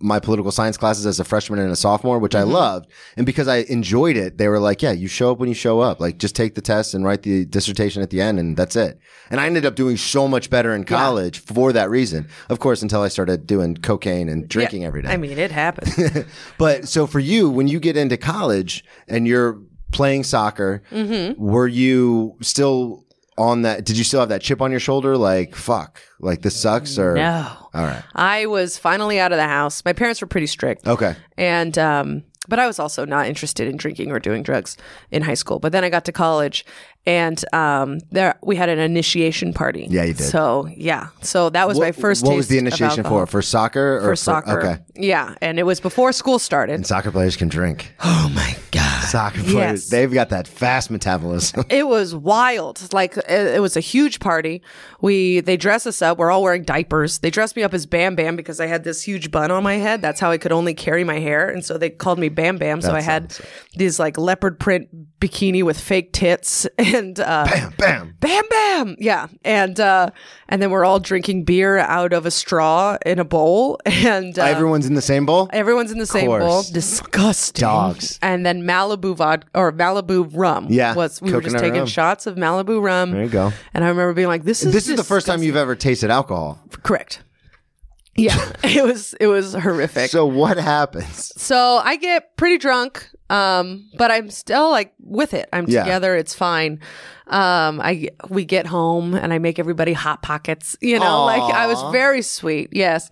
C: my political science classes as a freshman and a sophomore, which
D: Mm-hmm.
C: I loved. And because I enjoyed it, they were like, yeah, you show up when you show up. Like just take the test and write the dissertation at the end and that's it. And I ended up doing so much better in college for that reason. Of course, until I started doing cocaine and drinking every day.
D: I mean, it happens.
C: But so for you, when you get into college and you're playing soccer,
D: Mm-hmm.
C: were you still on that? Did you still have that chip on your shoulder? Like, fuck, like this sucks or?
D: No.
C: All right.
D: I was finally out of the house. My parents were pretty strict.
C: Okay.
D: and um, but I was also not interested in drinking or doing drugs in high school. But then I got to college, and um, there we had an initiation party.
C: Yeah, you did.
D: So yeah, so that was my first.
C: What was
D: taste
C: the
D: of
C: initiation for?
D: alcohol.
C: For soccer or
D: For soccer.
C: Okay.
D: Yeah, and it was before school started.
C: And soccer players can drink.
D: Oh my god.
C: Soccer players,
D: Yes.
C: they've got that fast metabolism.
D: it was wild. Like it, it was a huge party. We they dress us up. We're all wearing diapers. They dressed me up as Bam Bam because I had this huge bun on my head. That's how I could only carry my hair, and so they called me Bam Bam. so I had these like leopard print bikini with fake tits and uh,
C: bam, bam.
D: Bam Bam. Yeah, and uh, and then we're all drinking beer out of a straw in a bowl, and uh,
C: Everyone's in the same bowl.
D: Everyone's in the same
C: course.
D: bowl. Disgusting.
C: Dogs.
D: And then Malibu vodka or Malibu rum.
C: Yeah,
D: Was we were just
C: coconut
D: taking
C: rum.
D: shots of Malibu rum.
C: There you go.
D: And I remember being like, "This is
C: This is the first time
D: disgusting.
C: you've ever tasted alcohol.
D: correct." Yeah, it was it was horrific. So,
C: So what happens?
D: I get pretty drunk, um, but I'm still like with it. I'm
C: Yeah.
D: together. It's fine. Um, I we get home and I make everybody hot pockets. You know, like I was very sweet. Yes.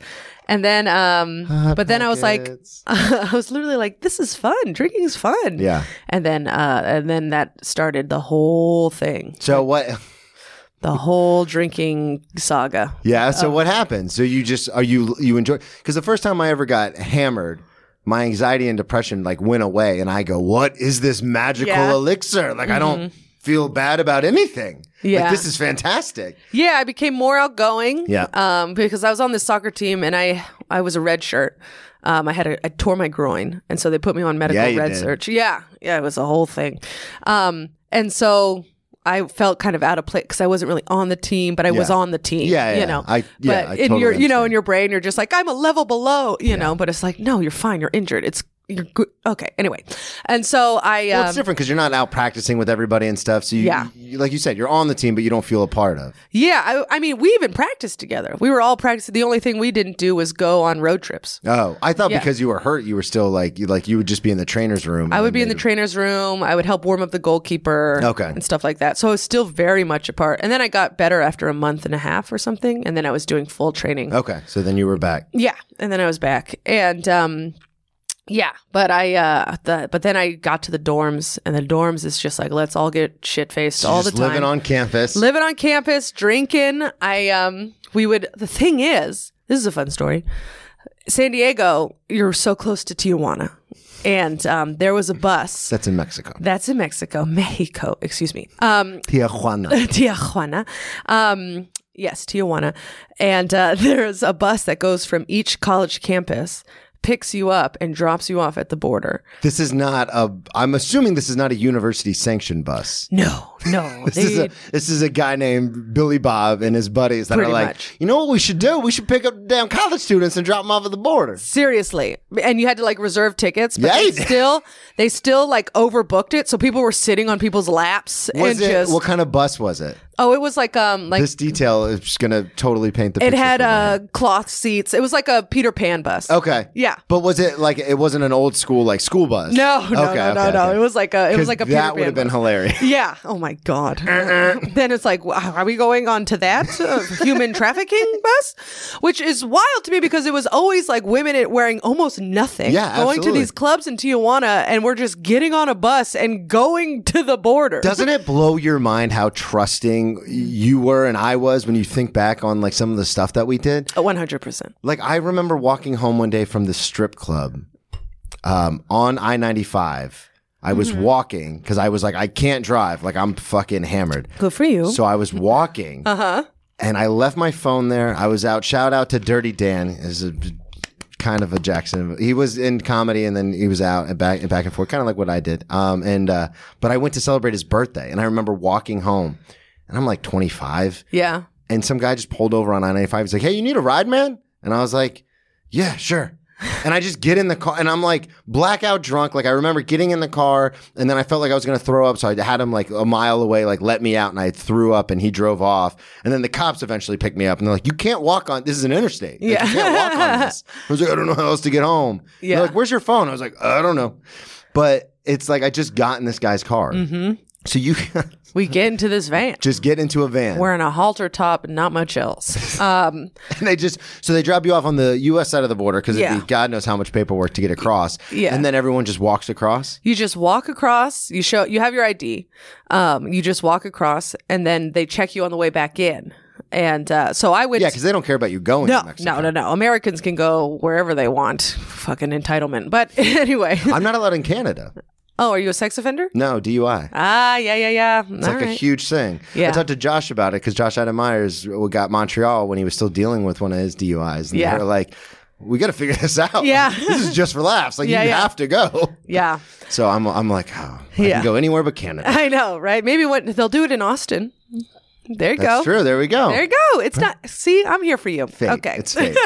D: And then, um, but then I was like,
C: Pockets.
D: I was literally like, "This is fun. Drinking is fun."
C: Yeah.
D: And then, uh, and then that started the whole thing,
C: So what?
D: the whole drinking saga.
C: Yeah. So what happens? So you just are you you enjoy? Because the first time I ever got hammered, my anxiety and depression like went away, and I go, "What is this magical
D: Yeah. Mm-hmm.
C: elixir? Like I don't feel bad about anything.
D: Yeah.
C: Like, this is fantastic.
D: Yeah, I became more outgoing.
C: Yeah.
D: Um, because I was on this soccer team and I I was a red shirt. Um, I had a, I tore my groin and so they put me on medical
C: Yeah, you
D: red
C: did.
D: search. Yeah, yeah, it was a whole thing. Um, and so I felt kind of out of place because I wasn't really on the team, but I was
C: Yeah.
D: on the team.
C: Yeah, yeah,
D: you know.
C: I- yeah,
D: but
C: I
D: in
C: totally
D: your you know
C: understand.
D: in your brain you're just like I'm a level below, you know. But it's like no, you're fine. You're injured. It's you're good. Okay. Anyway, and so I
C: Well,
D: um,
C: it's different because you're not out practicing with everybody and stuff. So you,
D: Yeah.
C: you- like you said, you're on the team, but you don't feel a part of.
D: Yeah, I, I mean, we even practiced together. We were all practicing. The only thing we didn't do was go on road trips.
C: Oh, I thought
D: Yeah.
C: because you were hurt, you were still like you like you would just be in the trainer's room.
D: I
C: and
D: would be in the
C: they'd-
D: trainer's room. I would help warm up the goalkeeper,
C: Okay.
D: and stuff like that. So I was still very much a part. And then I got better after a month and a half or something, and then I was doing full training.
C: Okay, so then you were back.
D: Yeah, and then I was back, and um, yeah, but I uh, the, but then I got to the dorms, and the dorms is just like let's all get shit faced
C: So
D: all the
C: just
D: time.
C: living on campus.
D: living on campus, drinking. I um we would the thing is, this is a fun story. San Diego, you're so close to Tijuana. And um, there was a bus
C: That's in Mexico.
D: that's in Mexico, Mexico, excuse me. Um
C: Tijuana.
D: Tijuana. Um yes, Tijuana. And uh, there's a bus that goes from each college campus picks you up and drops you off at the border.
C: This is not a. I'm assuming this is not a university sanctioned bus.
D: No, no.
C: This is a this is a guy named Billy Bob and his buddies that
D: Pretty
C: are like,
D: much.
C: you know what we should do? We should pick up damn college students and drop them off at the border.
D: Seriously, and you had to like reserve tickets, but
C: Yeah,
D: they
C: you did.
D: still they still like overbooked it, so people were sitting on people's laps
C: Was
D: and
C: it
D: just
C: what kind of bus was it?
D: oh, it was like um like
C: this detail is just gonna totally paint the.
D: it
C: picture
D: had
C: for me.
D: uh cloth seats. It was like a Peter Pan bus.
C: Okay.
D: Yeah.
C: But was it like it wasn't an old school like school bus?
D: No, no,
C: Okay,
D: no, no,
C: okay,
D: no.
C: okay.
D: It was like a it was
C: 'Cause
D: like a Peter
C: that would
D: Pan
C: have been
D: bus.
C: hilarious.
D: Yeah. Oh my God.
C: Uh-huh.
D: then it's like, wow, are we going on to that uh, human trafficking bus? Which is wild to me because it was always like women in- wearing almost nothing.
C: Yeah,
D: Going to
C: absolutely.
D: these clubs in Tijuana and we're just getting on a bus and going to the border.
C: Doesn't it blow your mind how trusting you were and I was when you think back on like some of the stuff that we did?
D: Uh, 100%.
C: Like I remember walking home one day from the strip club um, on I ninety five. I was
D: Mm-hmm.
C: walking because I was like, I can't drive. Like I'm fucking hammered.
D: Good for you.
C: So I was walking. Uh huh. And I left my phone there. I was out. Shout out to Dirty Dan. Is a kind of a Jackson. He was in comedy and then he was out and back and back and forth, kind of like what I did. Um, and uh, but I went to celebrate his birthday, and I remember walking home, and I'm like 25,
D: yeah.
C: and some guy just pulled over on I-95. He's like, "Hey, you need a ride, man?" And I was like, "Yeah, sure." And I just get in the car, and I'm like blackout drunk. Like I remember getting in the car, and then I felt like I was gonna throw up, so I had him like a mile away, like let me out, and I threw up, and he drove off. And then the cops eventually picked me up, and they're like, "You can't walk on this is an interstate. Like,
D: Yeah.
C: you can't walk on this." I was like, "I don't know how else to get home." And they're
D: Yeah. Mm-hmm.
C: like, "Where's your phone?" I was like, "I don't know," but it's like I just got in this guy's car, So you
D: We get into this van.
C: just get into a van.
D: We're in a halter top and not much else. Um,
C: And they just so they drop you off on the U.S. side of the border because
D: Yeah.
C: be God knows how much paperwork to get across.
D: Yeah.
C: and then everyone just walks across.
D: you just walk across. You show you have your ID. Um, you just walk across, and then they check you on the way back in. And uh, so I went.
C: Yeah, because they don't care about you going.
D: no,
C: to Mexico.
D: no, no, no. Americans can go wherever they want. Fucking entitlement. But anyway.
C: I'm not allowed in Canada.
D: Oh, are you a sex offender?
C: No DUI.
D: Ah, yeah, yeah, yeah. All right.
C: It's like a huge thing.
D: Yeah.
C: I talked to Josh about it because Josh Adam Myers got Montreal when he was still dealing with one of his DUIs, and
D: Yeah.
C: they were like, "We got to figure this out.
D: Yeah.
C: this is just for laughs. Like
D: Yeah,
C: you
D: yeah.
C: have to go."
D: yeah.
C: So I'm, I'm like, oh, I
D: Yeah.
C: can go anywhere but Canada.
D: I know, right? Maybe what they'll do it in Austin. There you
C: That's
D: go.
C: true. There we go.
D: There you go. It's not. See, I'm here for you.
C: Fate.
D: Okay.
C: It's fate.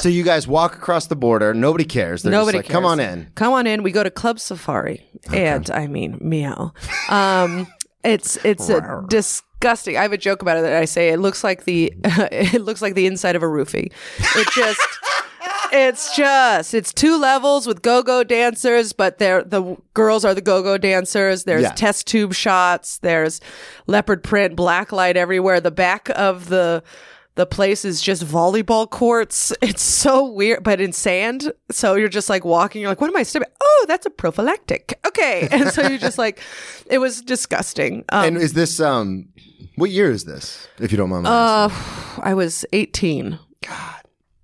C: so you guys walk across the border. Nobody cares. They're just
D: Nobody
C: like,
D: cares.
C: Come on in.
D: Come on in. We go to Club Safari, and I mean meow. Um, it's it's a disgusting. I have a joke about it that I say it looks like the it looks like the inside of a roofie. It just. It's just it's two levels with go-go dancers, but they're the girls are the go-go dancers. There's
C: Yeah.
D: test tube shots. There's leopard print, black light everywhere. The back of the the place is just volleyball courts. It's so weird, but in sand. So you're just like walking. You're like, what am I stepping? Oh, that's a prophylactic. Okay, and so you're just like, it was disgusting. Um,
C: And is this um what year is this? If you don't mind. my
D: Uh,
C: asking?
D: I was 18. God.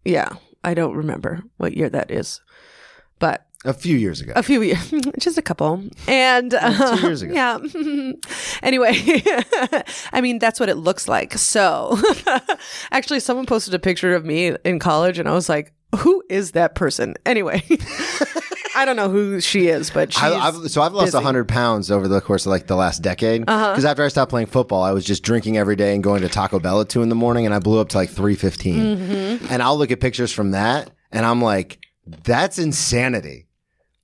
D: Yeah, I don't remember what year that is, but
C: a few years ago.
D: a few years, just a couple, and uh,
C: Two years ago.
D: yeah. anyway, I mean that's what it looks like. So, actually, someone posted a picture of me in college, and I was like, "Who is that person?" Anyway, I don't know who she is, but she's
C: I, I've, so I've lost
D: busy. Uh-huh.
C: a 100 pounds over the course of like the last decade. Because after I stopped playing football, I was just drinking every day and going to Taco Bell at 2 in the morning and I blew up to like 315.
D: Mm-hmm.
C: And I'll look at pictures from that and I'm like, that's insanity.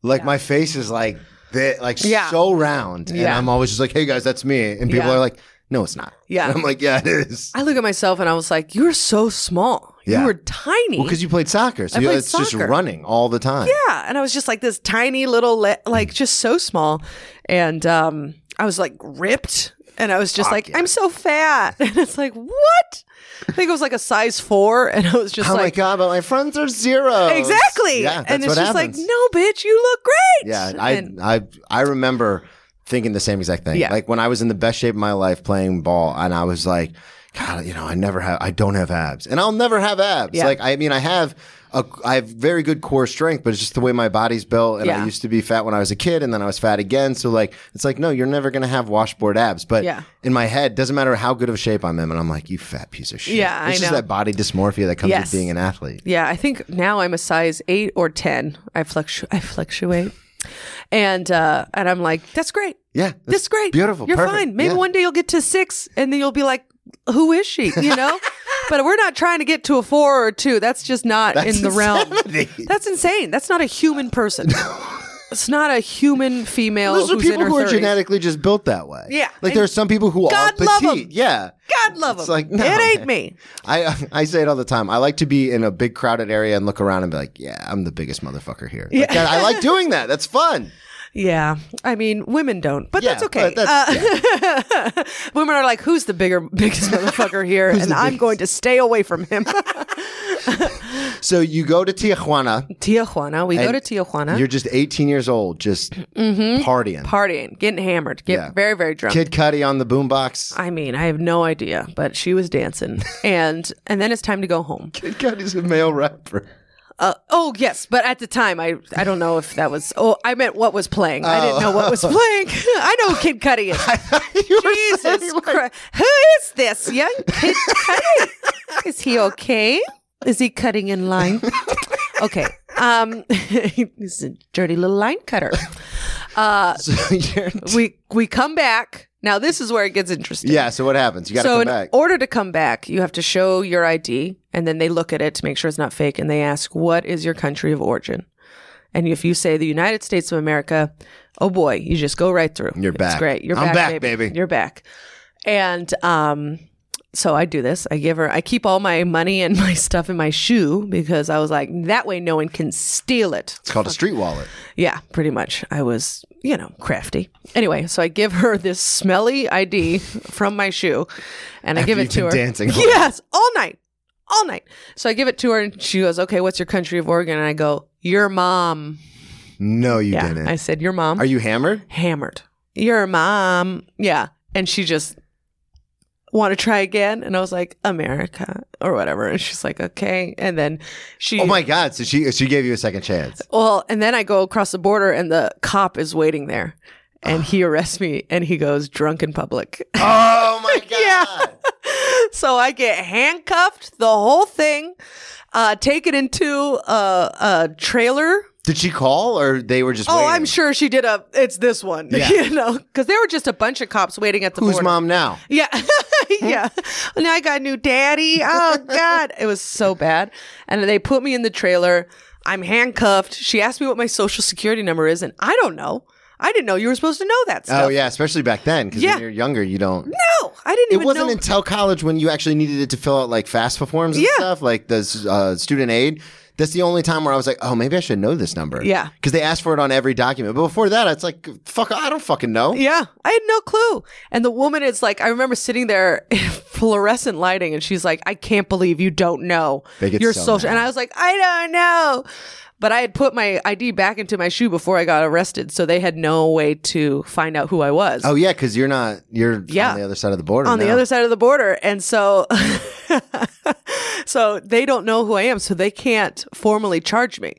C: Like my face is like, thi- like
D: Yeah.
C: so round. And
D: Yeah.
C: I'm always just like, hey guys, that's me. And people
D: Yeah.
C: are like, no, it's not.
D: Yeah.
C: And I'm like, yeah, it is.
D: I look at myself and I was like, "You're so small.
C: Yeah.
D: You were tiny."
C: Well, because you played soccer. So
D: I
C: you,
D: played
C: it's just
D: soccer.
C: running all the time.
D: yeah and i was just like this tiny little le- like just so small and um i was like ripped and i was just like i'm so fat and it's like what i think it was like a size four and i was just
C: Oh
D: like
C: my God, but my friends are zero.
D: exactly
C: Yeah, that's
D: and it's
C: what
D: just
C: happens.
D: like no bitch you look great
C: Yeah, I
D: And-
C: I I remember thinking the same exact thing.
D: Yeah.
C: Like when I was in the best shape of my life playing ball, and I was like, God, you know, I never have, I don't have abs, and I'll never have abs.
D: Yeah.
C: Like I mean, I have. A, I have very good core strength, but it's just the way my body's built. And
D: Yeah.
C: I used to be fat when I was a kid, and then I was fat again. So like, it's like, no, you're never gonna have washboard abs. But
D: Yeah.
C: in my head, doesn't matter how good of shape I'm in, and I'm like, you fat piece of shit.
D: Yeah, I
C: it's just
D: know.
C: that body dysmorphia that comes with
D: Yes.
C: being an athlete.
D: Yeah, I think now I'm a size eight or ten. I fluctu- I fluctuate, and uh, and I'm like, that's great.
C: Yeah, that's
D: that's great.
C: beautiful,
D: You're
C: perfect,
D: fine. Maybe
C: yeah.
D: one day you'll get to six, and then you'll be like, who is she? You know. but we're not trying to get to a four or a two. That's just not in the realm.
C: insanity.
D: That's insane. That's not a human person. it's not a human female.
C: Those are
D: who's
C: people
D: in her
C: who are
D: 30s.
C: genetically just built that way.
D: Yeah.
C: Like there are some people who
D: God
C: are
D: love 'em.
C: petite. Yeah.
D: God love
C: It's
D: them.
C: like, no,
D: it ain't
C: man.
D: me.
C: I I say it all the time. I like to be in a big crowded area and look around and be like, yeah, I'm the biggest motherfucker here. Like, that- I like doing that. That's fun.
D: Yeah, I mean, women don't, but
C: Yeah,
D: that's okay.
C: but that's-
D: Uh, women are like, "Who's the bigger, biggest motherfucker here?" and I'm going to stay away from him.
C: So you go to Tijuana.
D: Tijuana, we go to
C: and
D: Tijuana,
C: You're just 18 years old, just partying.
D: partying, getting hammered, get
C: Yeah.
D: very, very drunk.
C: Kid Cudi on the boombox.
D: I mean, I have no idea, but she was dancing, and and then it's time to go home.
C: Kid Cudi's a male rapper.
D: Uh, oh yes, but at the time, I I don't know if that was. Oh, I meant what was playing. I didn't know what was playing. I know who Kid Cudi is.
C: Oh. You were
D: Jesus
C: saying, like,
D: Christ. Who is this young kid cutting? is he okay? Is he cutting in line? Okay. Um, he's a dirty little line cutter. Uh,
C: so you're-
D: We we come back. Now this is where it gets interesting.
C: yeah. So what happens? You got to
D: So
C: come
D: in
C: back.
D: order to come back, you have to show your ID and then they look at it to make sure it's not fake and they ask, "What is your country of origin?" And if you say the United States of America, oh boy, you just go right through.
C: You're
D: It's
C: back.
D: great. You're
C: I'm
D: back,
C: back, baby.
D: You're back. And um so I do this. I give her I keep all my money and my stuff in my shoe because I was like, that way no one can steal it.
C: it's called a street wallet.
D: Yeah, pretty much. I was you know, crafty. Anyway, so I give her this smelly ID from my shoe and I give it
C: you've
D: to
C: been
D: her.
C: dancing all
D: Yes, all night. All night. So I give it to her and she goes, Okay, what's your country of origin? And I go, Your mom.
C: No, you
D: Yeah.
C: didn't.
D: I said, Your mom.
C: Are you hammered?
D: hammered. Your mom. Yeah. And she just want to try again. And I was like, America or whatever. And she's like, okay. And then she
C: Oh my god! So she she gave you a second chance.
D: well, and then I go across the border and the cop is waiting there. And he arrests me and he goes drunk in public.
C: Oh my god!
D: so I get handcuffed, the whole thing, uh, taken into a, a trailer
C: Did she call or they were just?
D: Oh,
C: waiting?
D: I'm sure she did a. It's this one,
C: Yeah.
D: you know, because there were just a bunch of cops waiting at the
C: Who's
D: border.
C: mom now?
D: Yeah, yeah. Now I got a new daddy. Oh God, it was so bad. And they put me in the trailer. I'm handcuffed. She asked me what my social security number is, and I don't know. I didn't know you were supposed to know that stuff.
C: Oh yeah, especially back then because
D: Yeah.
C: when you're younger, you don't.
D: No, I didn't.
C: It
D: even
C: wasn't
D: know.
C: until college when you actually needed it to fill out like FAFSA forms and
D: Yeah.
C: stuff, like the uh, student aid. That's the only time where I was like, oh, maybe I should know this number.
D: Yeah.
C: Because they asked for it on every document. But before that, it's like, fuck, I don't fucking know.
D: Yeah, I had no clue. And the woman is like, I remember sitting there, in fluorescent lighting, and she's like, I can't believe you don't know
C: They get
D: your
C: so
D: social.
C: mad.
D: And I was like, I don't know. But I had put my ID back into my shoe before I got arrested, so they had no way to find out who I was
C: Oh, yeah, because you're not, you're
D: Yeah.
C: on the other side of the border.
D: on the
C: now.
D: other side of the border. And so so they don't know who I am, so they can't formally charge me.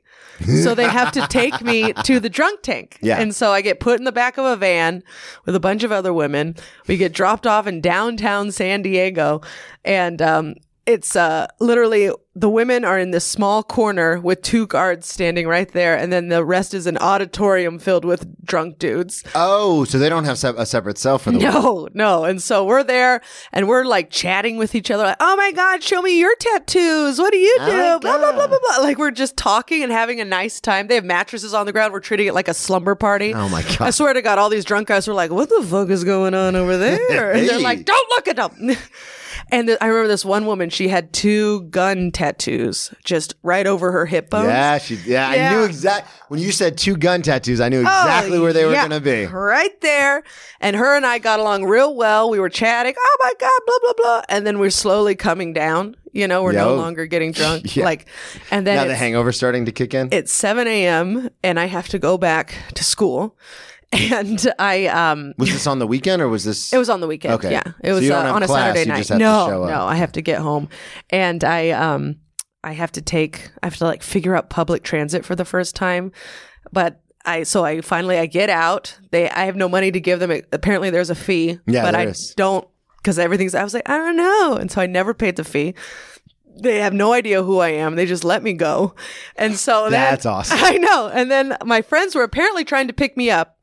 D: So they have to take me to the drunk tank.
C: Yeah.
D: And so I get put in the back of a van with a bunch of other women. We get dropped off in downtown San Diego and um it's uh literally the women are in this small corner with two guards standing right there and then the rest is an auditorium filled with drunk dudes.
C: Oh, so they don't have se- a separate cell for the
D: No, no. And so we're there and we're like chatting with each other, like, oh my God, show me your tattoos. What do you do?
C: my
D: Blah, blah, blah,
C: God.
D: blah, blah. Like we're just talking and having a nice time. They have mattresses on the ground. We're treating it like a slumber party.
C: Oh my God.
D: I swear to God, all these drunk guys were like, what the fuck is going on over there? And they're
C: Hey.
D: like, don't look at them. And th- I remember this one woman, she had two gun tattoos just right over her hip bones.
C: Yeah, she, yeah,
D: Yeah.
C: I knew exact when you said two gun tattoos, I knew exactly
D: Oh,
C: where they were
D: yeah.
C: going to be.
D: Right there. And her and I got along real well. We were chatting, oh my God, blah, blah, blah. And then we're slowly coming down. You know, we're no
C: Yo.
D: longer getting drunk.
C: Yeah.
D: Like, and then
C: Now
D: it's,
C: the hangover starting to kick in.
D: it's 7 a.m. and I have to go back to school. And I, um,
C: was this on the weekend or was this?
D: it was on the weekend.
C: Okay.
D: Yeah. It
C: So
D: was
C: you don't
D: uh,
C: have
D: on a
C: class,
D: Saturday
C: you
D: night.
C: just have to
D: no,
C: show up.
D: no, I have to get home. And I um I have to take I have to like figure out public transit for the first time. But I so I finally I get out. They I have no money to give them. Apparently there's a fee.
C: Yeah,
D: but
C: there
D: I
C: is.
D: don't because everything's I was like, I don't know. And so I never paid the fee. They have no idea who I am. They just let me go. And so then-
C: That's awesome.
D: I know. And then my friends were apparently trying to pick me up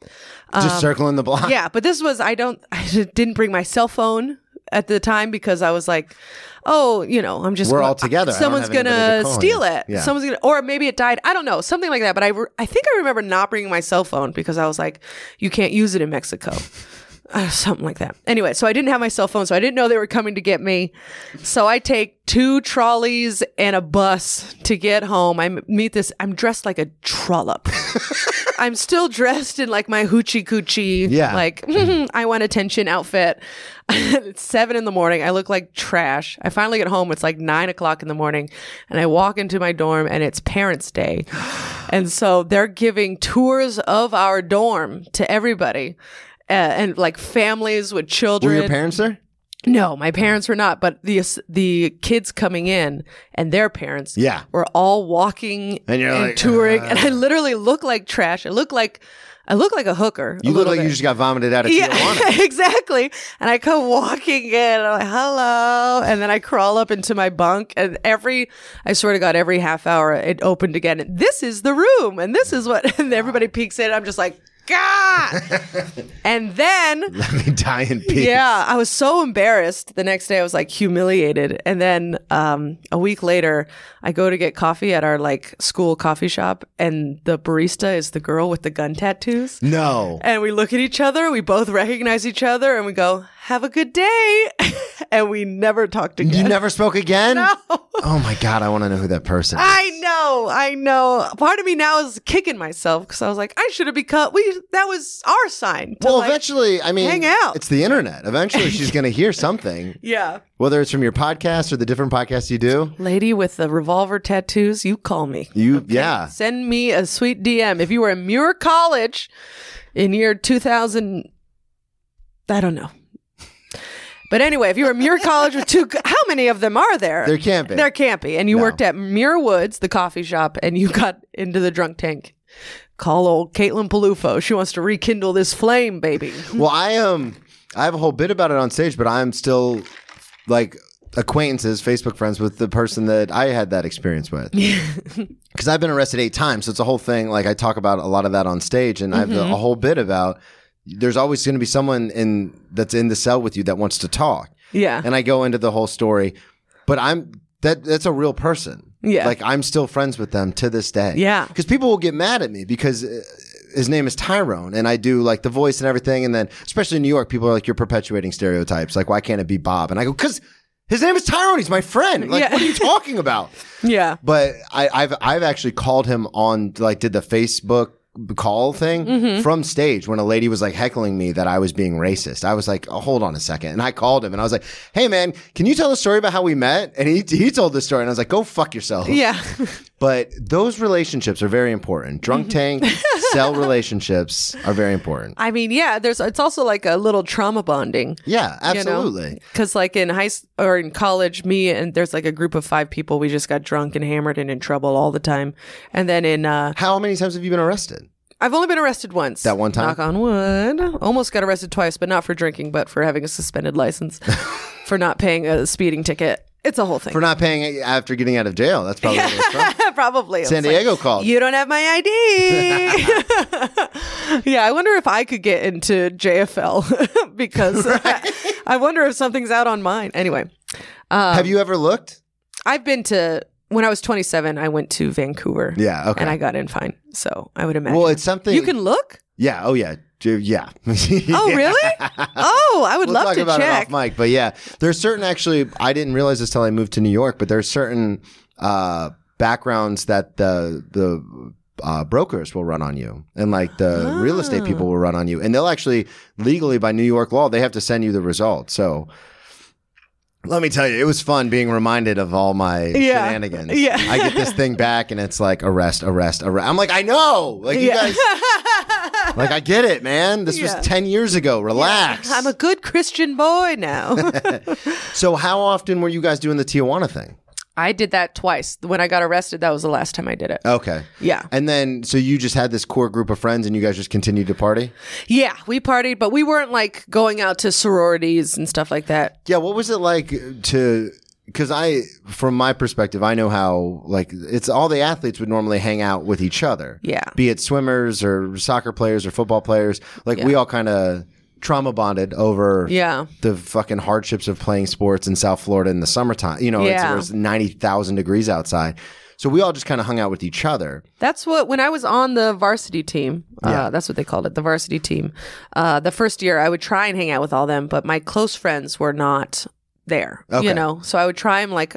C: just circling the block.
D: um, yeah, but this was I don't I didn't bring my cell phone at the time because I was like, oh, you know, I'm just
C: We're
D: gonna-
C: all together. I don't
D: Someone's
C: have anybody to
D: gonna
C: call
D: steal
C: you.
D: it.
C: Yeah.
D: Someone's gonna, or maybe it died. I don't know, something like that. But I re- I think I remember not bringing my cell phone because I was like, you can't use it in Mexico. Uh, something like that. Anyway, so I didn't have my cell phone, so I didn't know they were coming to get me. So I take two trolleys and a bus to get home. I m- meet this. I'm dressed like a trollop. I'm still dressed in like my hoochie coochie,
C: Yeah.
D: like I want attention outfit. it's seven in the morning. I look like trash. I finally get home. It's like nine o'clock in the morning, and I walk into my dorm, and it's Parents' Day, and so they're giving tours of our dorm to everybody. Uh, and like families with
C: Were
D: children.
C: your parents there?
D: No, my parents were not, but the the kids coming in and their parents,
C: Yeah.
D: were all walking
C: And
D: and,
C: you're like, uh,
D: touring, and I literally look like trash. I look like I look like a hooker. a
C: You look
D: little
C: like you
D: bit.
C: just got vomited out of Tijuana.
D: yeah, exactly. And I come walking in, and I'm like, hello, and then I crawl up into my bunk, and every I swear to God, every half hour it opened again. And this is the room, and this is what, and everybody peeks in. I'm just like, God, and then.
C: Let me die in peace.
D: Yeah, I was so embarrassed. The next day, I was like humiliated. And then um, a week later, I go to get coffee at our like school coffee shop, and the barista is the girl with the gun tattoos.
C: No.
D: And we look at each other. We both recognize each other, and we go, have a good day. and we never talked again.
C: You never spoke again?
D: No.
C: Oh my God, I want to know who that person is.
D: I know, I know. Part of me now is kicking myself because I was like, I should have become. We that was our sign. to,
C: well,
D: like-
C: eventually, I mean,
D: hang out.
C: it's the internet. Eventually, she's going to hear something,
D: yeah,
C: whether it's from your podcast or the different podcasts you do.
D: lady with the revolver tattoos, you call me.
C: You, yeah.
D: Send me a sweet DM if you were in Muir College in year two thousand. I don't know. But anyway, if you were in Muir College with two, how many of them are there?
C: There can't be.
D: There can't be. And you
C: No.
D: worked at Muir Woods, the coffee shop, and you got into the drunk tank. Call old Caitlin Palufo. She wants to rekindle this flame, baby.
C: Well, I um, I have a whole bit about it on stage, but I'm still like acquaintances, Facebook friends with the person that I had that experience with. Because I've been arrested eight times, so it's a whole thing. Like I talk about a lot of that on stage, and I have a whole bit about. There's always going to be someone in that's in the cell with you that wants to talk,
D: Yeah.
C: and I go into the whole story. But I'm that that's a real person.
D: Yeah.
C: like I'm still friends with them to this day.
D: Yeah.
C: because people will get mad at me because uh, his name is Tyrone, and I do like the voice and everything. And then, especially in New York, people are like, "You're perpetuating stereotypes. Like, why can't it be Bob?" And I go, "Cause his name is Tyrone. He's my friend. Like,
D: Yeah.
C: what are you talking about?"
D: Yeah.
C: But I, I've I've actually called him on like did the Facebook call thing
D: Mm-hmm.
C: from stage when a lady was like heckling me that I was being racist. I was like, oh, hold on a second, and I called him and I was like, hey man, can you tell the story about how we met? And he he told the story and I was like, go fuck yourself.
D: Yeah.
C: But those relationships are very important. Drunk
D: Mm-hmm.
C: tank cell relationships are very important.
D: I mean, yeah, there's it's also like a little trauma bonding.
C: Yeah,
D: you know?
C: absolutely.
D: Cuz like in high s- or in college me and there's like a group of 5 people we just got drunk and hammered and in trouble all the time. And then in uh
C: How many times have you been arrested?
D: I've only been arrested once.
C: That one time?
D: Knock on wood. Almost got arrested twice, but not for drinking, but for having a suspended license for not paying a speeding ticket. It's a whole thing.
C: For not paying after getting out of jail. That's probably what it's from.
D: Probably. It
C: San
D: was like,
C: Diego called.
D: You don't have my ID. yeah, I wonder if I could get into JFL because I wonder if something's out on mine. Anyway, um,
C: have you ever looked?
D: I've been to when I was 27, I went to Vancouver.
C: Yeah, okay.
D: And I got in fine. So I would imagine.
C: Well, it's something
D: you can look?
C: Yeah. Oh, yeah. Ju- Yeah.
D: Oh, really? Oh, I would
C: We'll
D: love
C: talk
D: to
C: about
D: check.
C: it off mic, but yeah, there's certain. Actually, I didn't realize this till I moved to New York, but there's certain uh, backgrounds that the the uh, brokers will run on you, and like the real estate
D: Oh.
C: people will run on you, and they'll actually legally by New York law they have to send you the results. So. Let me tell you, it was fun being reminded of all my
D: Yeah.
C: shenanigans.
D: Yeah.
C: I get this thing back and it's like arrest, arrest, arrest. I'm like, I know. Like you guys like I get it, man. This
D: Yeah.
C: was 10 years ago. Relax.
D: I'm a good Christian boy now.
C: So how often were you guys doing the Tijuana thing?
D: I did that twice. When I got arrested, that was the last time I did it.
C: Okay.
D: Yeah.
C: And then so you just had this core group of friends and you guys just continued to party?
D: Yeah, we partied, but we weren't like going out to sororities and stuff like that.
C: Yeah, what was it like to cuz I from my perspective, I know how like it's all the athletes would normally hang out with each other.
D: Yeah.
C: Be it swimmers or soccer players or football players. Like we all kind of trauma bonded over
D: Yeah.
C: the fucking hardships of playing sports in South Florida in the summertime. You know,
D: Yeah.
C: it's, it's 90,000 degrees outside. So we all just kind of hung out with each other.
D: That's what, when I was on the varsity team, uh, that's what they called it, the varsity team. Uh, the first year, I would try and hang out with all them, but my close friends were not there,
C: Okay.
D: you know? So I would try and like,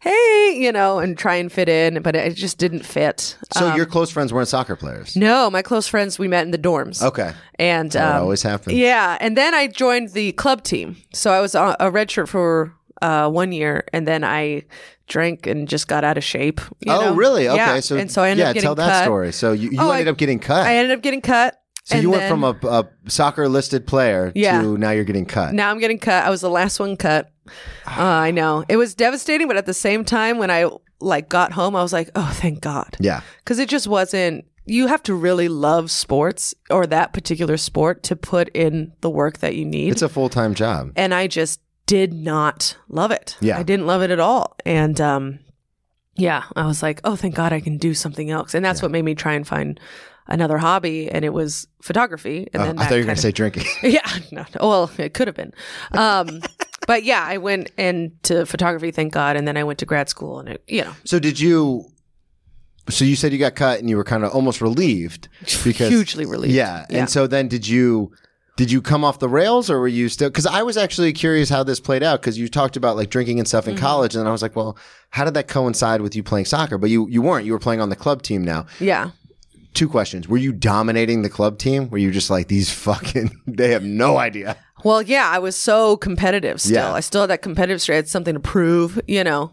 D: hey, you know, and try and fit in, but it just didn't fit. Uh,
C: So your close friends weren't soccer players.
D: no, my close friends, we met in the dorms.
C: Okay.
D: And
C: That
D: um,
C: always happens.
D: Yeah, and then I joined the club team. So I was a, a redshirt for uh, one year, and then I drank and just got out of shape. you
C: oh,
D: know?
C: really? Okay.
D: Yeah,
C: So
D: and so I ended
C: yeah,
D: up getting
C: tell that
D: cut.
C: story. So you, you
D: Oh,
C: ended
D: I-
C: up getting cut.
D: I ended up getting cut.
C: so you went from a, a soccer listed player
D: Yeah.
C: to now you're getting cut.
D: Now I'm getting cut. I was the last one cut. Uh,
C: Ah.
D: I know it was devastating, but at the same time, when I like got home, I was like, oh, thank God.
C: Yeah.
D: because it just wasn't you have to really love sports or that particular sport to put in the work that you need
C: It's a full time job.
D: and i just did not love it
C: Yeah.
D: i didn't love it at all and um yeah i was like oh thank god i can do something else and that's what made me try and find another hobby and it was photography and
C: Oh,
D: then
C: I
D: that
C: thought you were
D: kind
C: going
D: of-
C: to say drinking.
D: yeah, no, no. Well, it could have been. Um, but yeah, I went into photography, thank God, and then I went to grad school, and it, you know,
C: so did you. So you said you got cut and you were kind of almost relieved because
D: hugely relieved.
C: Yeah. And so then did you Did you come off the rails or were you still? Because I was actually curious how this played out because you talked about like drinking and stuff
D: Mm-hmm.
C: in college. And I was like, well, how did that coincide with you playing soccer? But you, you weren't. You were playing on the club team now.
D: Yeah.
C: Two questions. Were you dominating the club team? Were you just like, these fucking, they have no idea?
D: Well, yeah, I was so competitive still.
C: Yeah.
D: I still had that competitive streak. I had something to prove, you know.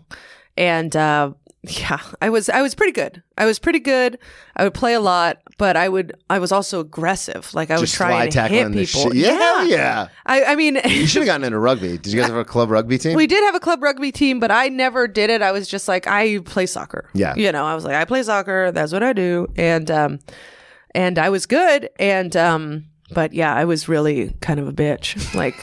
D: And uh, yeah, I was I was pretty good. I was pretty good. I would play a lot, but I would I was also aggressive. Like I was
C: Just fly
D: trying to hit
C: tackling the
D: people.
C: shit. Yeah, hell yeah.
D: I, I mean,
C: You should have gotten into rugby. Did you guys have a club rugby team?
D: we did have a club rugby team, but I never did it. I was just like, I play soccer.
C: Yeah.
D: You know, I was like, I play soccer. That's what I do. And, um, and I was good. And, um, but yeah, I was really kind of a bitch. Like,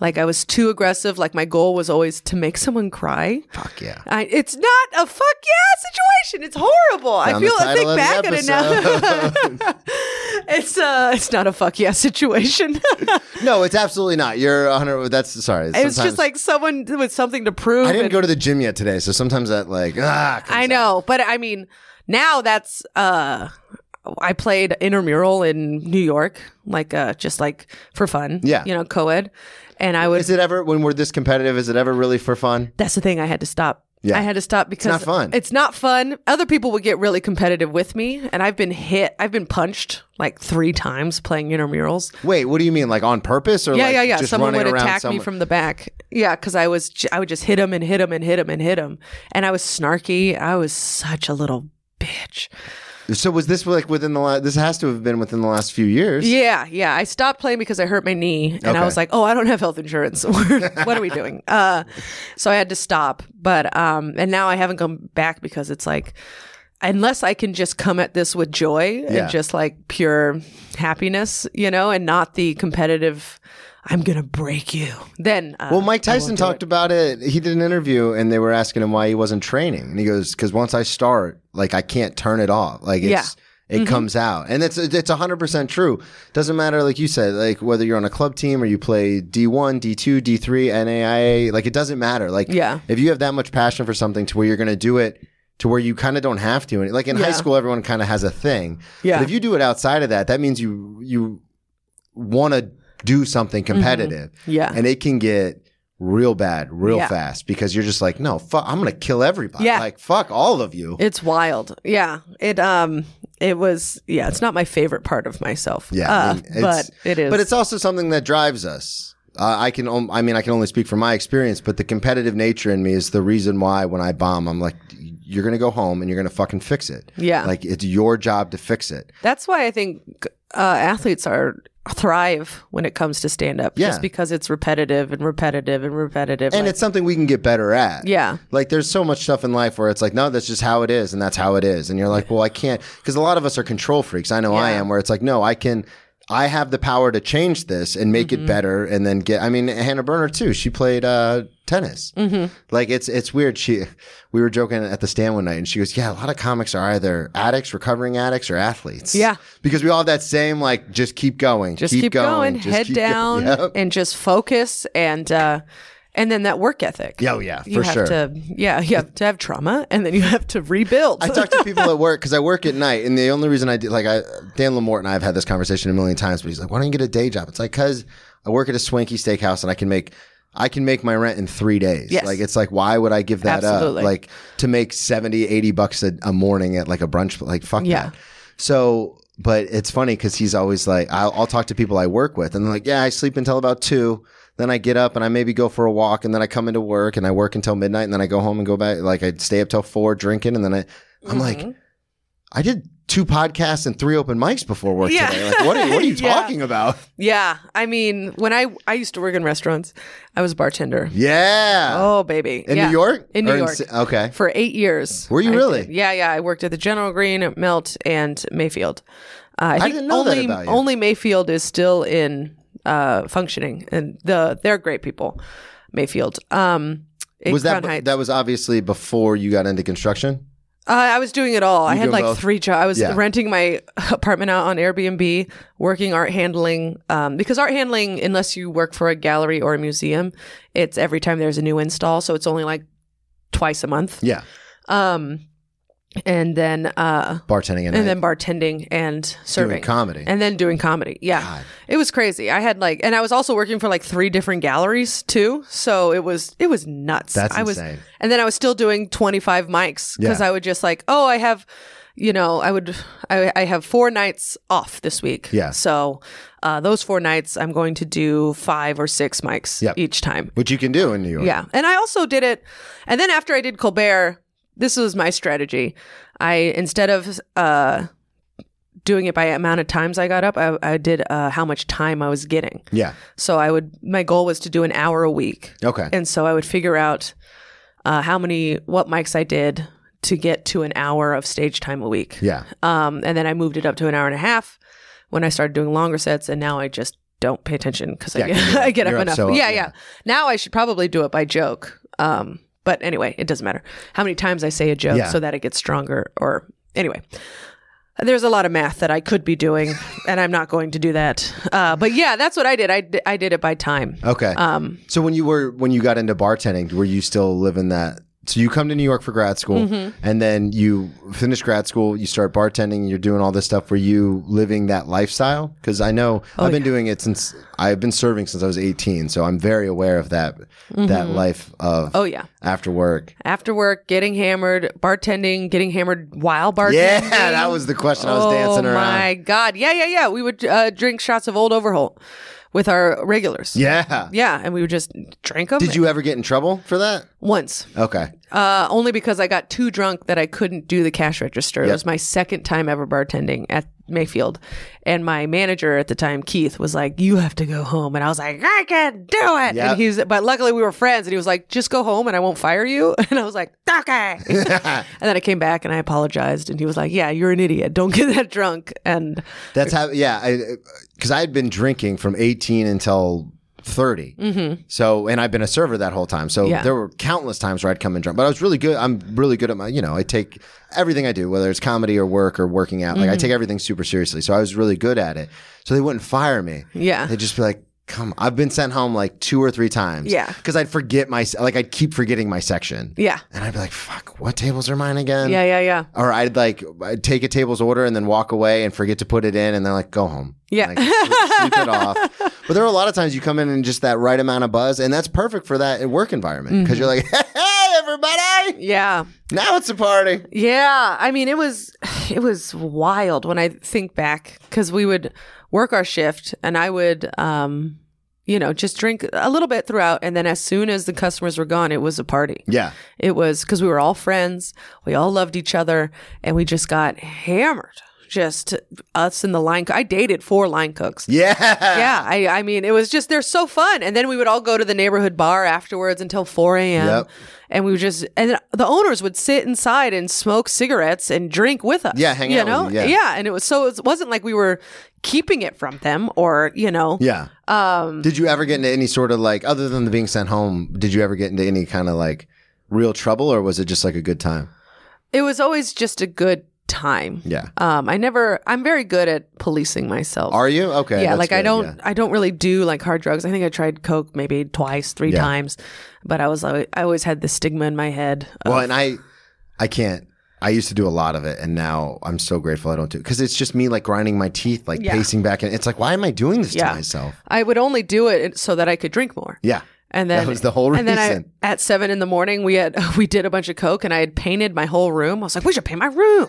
D: like I was too aggressive. Like my goal was always to make someone cry.
C: Fuck yeah.
D: I, it's not a fuck yeah situation. It's horrible. I
C: Found the
D: feel I think
C: title
D: back
C: of
D: at
C: the
D: it now. it's uh, it's not a fuck yeah situation.
C: No, it's absolutely not. You're 100. That's sorry.
D: it was just
C: Sometimes-
D: like someone with something to prove.
C: I didn't
D: and-
C: go to the gym yet today, so sometimes that like ah. comes
D: I
C: out.
D: know, but I mean, now that's uh I played intramural in New York, like uh just like for fun.
C: Yeah.
D: You know, co ed. And I would
C: Is it ever when we're this competitive? Is it ever really for fun?
D: that's the thing I had to stop.
C: Yeah.
D: I had to stop because
C: not fun.
D: It's not fun. Other people would get really competitive with me, and I've been hit. I've been punched like three times playing intramurals.
C: Wait, what do you mean? Like on purpose or
D: Yeah,
C: like
D: yeah, yeah.
C: Just
D: Someone
C: running
D: would
C: around
D: attack me
C: someone-
D: from the back. Yeah, because I was j- I would just hit him and hit him and hit him and hit him, and I was snarky. I was such a little bitch.
C: So was this like within the last? This has to have been within the last few years.
D: Yeah, yeah. I stopped playing because I hurt my knee, and I
C: Okay.
D: was like, "Oh, I don't have health insurance. what are we doing?" Uh, so I had to stop. But um, and now I haven't gone back because it's like, unless I can just come at this with joy
C: Yeah.
D: and just like pure happiness, you know, and not the competitive. I'm gonna break you. Then uh,
C: Well, Mike Tyson talked about it. He did an interview, and they were asking him why he wasn't training, and he goes, "Because once I start, like I can't turn it off. Like it's." It
D: Mm-hmm.
C: comes out, and it's it's hundred percent true. Doesn't matter, like you said, like whether you're on a club team or you play D one, D two, D three, NAIA. Like it doesn't matter. Like
D: Yeah.
C: if you have that much passion for something to where you're going to do it to where you kind of don't have to. And like in high
D: Yeah.
C: school, everyone kind of has a thing.
D: Yeah.
C: But if you do it outside of that, that means you you want to do something
D: Mm-hmm.
C: competitive.
D: Yeah.
C: And it can get real bad real
D: Yeah.
C: fast because you're just like, no, fuck, I'm going to kill everybody.
D: Yeah.
C: Like, fuck all of you.
D: It's wild. Yeah. It um it was yeah, it's not my favorite part of myself.
C: yeah.
D: Uh,
C: I mean,
D: but
C: it's-
D: it is.
C: But it's also something that drives us. Uh, I can, om- I mean, I can only speak from my experience, but the competitive nature in me is the reason why when I bomb, I'm like, you're going to go home and you're going to fucking fix it.
D: Yeah.
C: Like, it's your job to fix it.
D: That's why I think uh, athletes are thrive when it comes to stand up.
C: Yeah.
D: Just because it's repetitive and repetitive and repetitive.
C: And
D: Like,
C: it's something we can get better at.
D: Yeah.
C: Like there's so much stuff in life where it's like, no, that's just how it is, and that's how it is. And you're like, well, I can't because a lot of us are control freaks. I know I
D: Yeah.
C: am, where it's like, no, I can I have the power to change this and make
D: Mm-hmm.
C: it better and then get I mean, Hannah Berner too, she played uh tennis. Mm-hmm. Like it's it's weird. She we were joking at the stand one night and she goes, Yeah, a lot of comics are either addicts, recovering addicts, or athletes.
D: Yeah.
C: Because we all have that same like just keep going.
D: just keep, going,
C: just
D: head
C: keep go-
D: down
C: Yep.
D: and just focus and uh and then that work ethic.
C: Yeah, oh, yeah,
D: You
C: for
D: have
C: sure.
D: to yeah, you have to have trauma and then you have to rebuild.
C: I talk to people at work because I work at night, and the only reason I do like I Dan Lamort and I have had this conversation a million times, but he's like, "Why don't you get a day job?" It's like because I work at a swanky steakhouse, and I can make I can make my rent in three days.
D: Yes.
C: Like it's like why would I give that
D: Absolutely.
C: up? Like to make 70, 80 bucks a, a morning at like a brunch, like fuck
D: Yeah.
C: that. So. But it's funny because he's always like, I'll, I'll talk to people I work with, and they're like, "Yeah, I sleep until about two, then I get up and I maybe go for a walk, and then I come into work and I work until midnight, and then I go home and go back. Like I stay up till four drinking, and then I, I'm
D: Mm-hmm.
C: like, I did two podcasts and three open mics before work
D: Yeah.
C: today. Like, what are, what are you
D: Yeah.
C: talking about?
D: yeah. I mean, when I I used to work in restaurants, I was a bartender.
C: Yeah.
D: Oh baby.
C: in
D: Yeah.
C: New York?
D: In
C: Or
D: New York.
C: Ci- okay.
D: for eight years.
C: Were you
D: I
C: really?
D: did. Yeah, yeah. I worked at the General Green, at Melt, and Mayfield. Uh, I, think
C: didn't know that
D: only
C: about you.
D: only Mayfield is still in uh, functioning, and the they're great people. Mayfield. Um, in
C: Was that
D: Crown Heights.
C: that was obviously before you got into construction?
D: Uh, I was doing it all. I had
C: doing
D: like
C: both?
D: three jobs. I was
C: Yeah.
D: renting my apartment out on Airbnb, working art handling. Um, because art handling, unless you work for a gallery or a museum, it's every time there's a new install, so it's only like twice a month.
C: Yeah.
D: Um, and then uh,
C: bartending and,
D: and then bartending and serving
C: comedy.
D: and then doing comedy yeah it was crazy i had like and i was also working for like three different galleries too so it was it was nuts
C: That's
D: i was
C: insane.
D: and then i was still doing 25 mics because
C: Yeah.
D: i would just like oh i have you know i would i, I have four nights off this week
C: Yeah.
D: so uh, those four nights i'm going to do five or six mics
C: Yep.
D: each time
C: which you can do in New York.
D: yeah. And I also did it. And then after I did Colbert, this was my strategy. I, instead of uh, doing it by amount of times I got up, I, I did uh, how much time I was getting.
C: Yeah.
D: So I would, my goal was to do an hour a week.
C: Okay.
D: And so I would figure out uh, how many, what mics I did to get to an hour of stage time a week.
C: yeah.
D: Um, and then I moved it up to an hour and a half when I started doing longer sets, and now I just don't pay attention because
C: Yeah,
D: I get,
C: 'cause you're-
D: I get up
C: you're up
D: enough.
C: so up,
D: yeah,
C: yeah.
D: yeah, Now I should probably do it by joke. Um, but anyway, it doesn't matter how many times I say a joke
C: Yeah.
D: so that it gets stronger. Or anyway, there's a lot of math that I could be doing, and I'm not going to do that. Uh, but yeah, that's what I did. I, d- I did it by time.
C: Okay.
D: Um,
C: so when you were when you got into bartending, were you still living that? So you come to New York for grad school,
D: Mm-hmm.
C: and then you finish grad school. You start bartending. You're doing all this stuff. Were you living that lifestyle? Because I know
D: Oh,
C: I've been doing it since I've been serving since I was 18. So I'm very aware of that that life of
D: Mm-hmm. oh yeah.
C: after work.
D: After work, getting hammered, bartending, getting hammered while bartending.
C: Yeah, that was the question I was dancing around.
D: Oh, my god! Yeah, yeah, yeah. We would uh, drink shots of Old Overholt with our regulars.
C: Yeah.
D: yeah, and we would just drink them.
C: Did you ever get in trouble for that?
D: once?
C: Okay.
D: Uh, only because I got too drunk that I couldn't do the cash register.
C: Yep.
D: It was my second time ever bartending at Mayfield, and my manager at the time, Keith, was like, "You have to go home," and I was like, "I can do
C: Yep.
D: it." And he's, but luckily we were friends, and he was like, "Just go home, and I won't fire you." And I was like, "Okay." And then I came back and I apologized, and he was like, "Yeah, you're an idiot. Don't get that drunk." And
C: That's how, yeah, because I had been drinking from 18 until 30. Mm-hmm. So, and I've been a server that whole time. So
D: Yeah.
C: there were countless times where I'd come in drunk, but I was really good. I'm really good at my, you know, I take everything I do, whether it's comedy or work or working out, like
D: Mm-hmm.
C: I take everything super seriously. So I was really good at it. So they wouldn't fire me.
D: Yeah.
C: They'd just be like, come, I've been sent home like two or three times.
D: Yeah.
C: Because I'd forget my, like, I'd keep forgetting my section.
D: yeah,
C: And I'd be like, fuck, what tables are mine again?
D: yeah, yeah, yeah.
C: or I'd like I'd take a table's order and then walk away and forget to put it in, and then like go home.
D: Yeah.
C: like, sleep, sleep it off. But there are a lot of times you come in and just that right amount of buzz, and that's perfect for that work environment because you're like,
D: Mm-hmm.
C: hey, everybody,
D: Yeah.
C: now it's a party.
D: Yeah, I mean it was it was wild when I think back cuz we would work our shift and I would um you know just drink a little bit throughout and then as soon as the customers were gone it was a party.
C: Yeah,
D: It was cuz we were all friends, we all loved each other and we just got hammered. Just us and the line co- I dated four line cooks.
C: yeah,
D: Yeah, I, I mean, it was just, they're so fun. And then we would all go to the neighborhood bar afterwards until 4 a.m.
C: Yep.
D: And we would just, and the owners would sit inside and smoke cigarettes and drink with us.
C: Yeah, hang
D: you
C: out with
D: know?
C: you, yeah.
D: And it was so, it wasn't like we were keeping it from them or, you know,
C: yeah. Um, did you ever get into any sort of like other than the being sent home? Did you ever get into any kind of like real trouble, or was it just like a good time?
D: it was always just a good time.
C: Yeah.
D: Um, I never, I'm very good at policing myself.
C: Are you okay?
D: yeah,
C: that's
D: like I
C: good,
D: don't,
C: yeah.
D: I don't really do like hard drugs. I think I tried coke maybe twice, three
C: Yeah.
D: times, but I was, always, I always had the stigma in my head. of-
C: Well, and I, I can't. I used to do a lot of it, and now I'm so grateful I don't do it because it's just me like grinding my teeth, like
D: Yeah.
C: pacing back, and it's like, why am I doing this
D: Yeah.
C: to myself?
D: I would only do it so that I could drink more.
C: Yeah,
D: And then
C: That was the whole
D: And then I,
C: reason.
D: at seven in the morning, we had we did a bunch of coke, and I had painted my whole room. I was like, "We should paint my room,"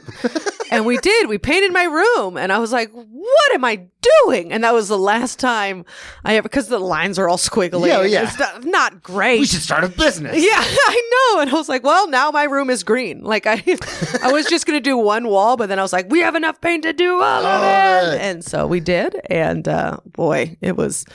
D: and we did. We painted my room, and I was like, "What am I doing?" And that was the last time I ever because the lines are all squiggly.
C: Yeah,
D: and
C: yeah.
D: It's not, not great.
C: we should start a business.
D: yeah, I know. And I was like, well, now my room is green. Like I, I was just gonna do one wall, but then I was like, we have enough paint to do all of
C: All
D: it,
C: right.
D: and so we did. And uh, boy, it was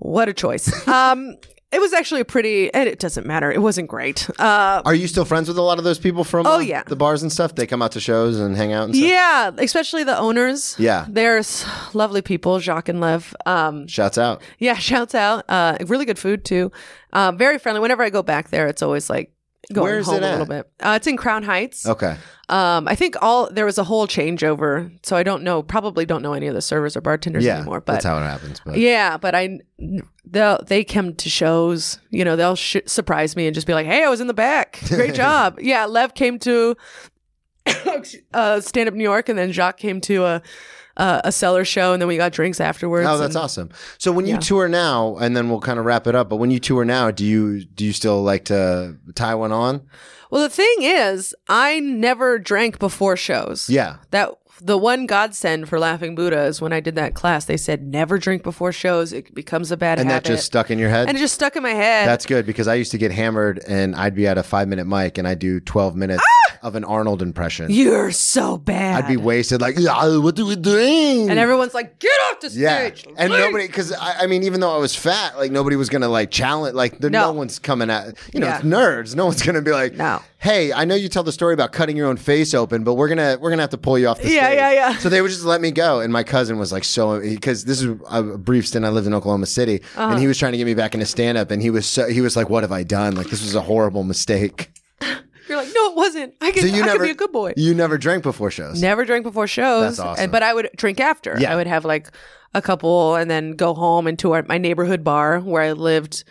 D: what a choice. Um, it was actually a pretty, and it doesn't matter. It wasn't great. Uh,
C: Are you still friends with a lot of those people from?
D: Oh,
C: uh,
D: yeah.
C: the bars and stuff. They come out to shows and hang out. And stuff?
D: yeah, especially the owners.
C: Yeah.
D: they're s- lovely people, Jacques and Lev. Um,
C: Shouts out.
D: Yeah, shouts out. Uh, really good food too. Uh, very friendly. Whenever I go back there, it's always like going
C: Where is it
D: home a little
C: at?
D: bit. Uh, it's in Crown Heights.
C: Okay.
D: Um, I think all there was a whole changeover, so I don't know. Probably don't know any of the servers or bartenders
C: Yeah,
D: anymore. But
C: that's how it happens. But
D: yeah, but I they'll they come to shows. You know, they'll sh- surprise me and just be like, "Hey, I was in the back. Great job." Yeah, Lev came to uh, stand up New York, and then Jacques came to a uh, a cellar show, and then we got drinks afterwards.
C: Oh, that's
D: and-
C: awesome. So when you tour now, and then we'll kind of wrap it up. But when you tour now, do you do you still like to tie one on?
D: Well, the thing is, I never drank before shows.
C: Yeah.
D: That the one godsend for Laughing Buddha is when I did that class, they said never drink before shows. It becomes a bad
C: And
D: habit.
C: that just stuck in your head.
D: and it just stuck in my head.
C: That's good because I used to get hammered and I'd be at a five minute mic and I do 12 minutes
D: Ah!
C: of an Arnold impression.
D: You're so bad.
C: I'd be wasted, like, "Yeah, what do we doing?
D: and everyone's like, get off the
C: yeah.
D: stage.
C: And
D: leave."
C: nobody, because I, I mean, even though I was fat, like nobody was going to like challenge, like, there, no.
D: No.
C: one's coming at, you know,
D: Yeah.
C: it's nerds. No one's going to be like,
D: No.
C: hey, I know you tell the story about cutting your own face open, but we're going to, we're going to have to pull you off the
D: Yeah,
C: stage.
D: yeah, yeah.
C: So they would just let me go. And my cousin was like, so, because this is a brief stint, I lived in Oklahoma City
D: Uh-huh.
C: and he was trying to get me back into stand up. And he was so, he was like, what have I done? Like, this was a horrible mistake.
D: You're like, no, it wasn't. I can,
C: So you
D: I
C: never
D: can be a good boy.
C: You never drank before shows.
D: Never drank before shows.
C: That's awesome.
D: and- But I would drink after.
C: Yeah.
D: I would have like a couple and then go home into our, my neighborhood bar where I lived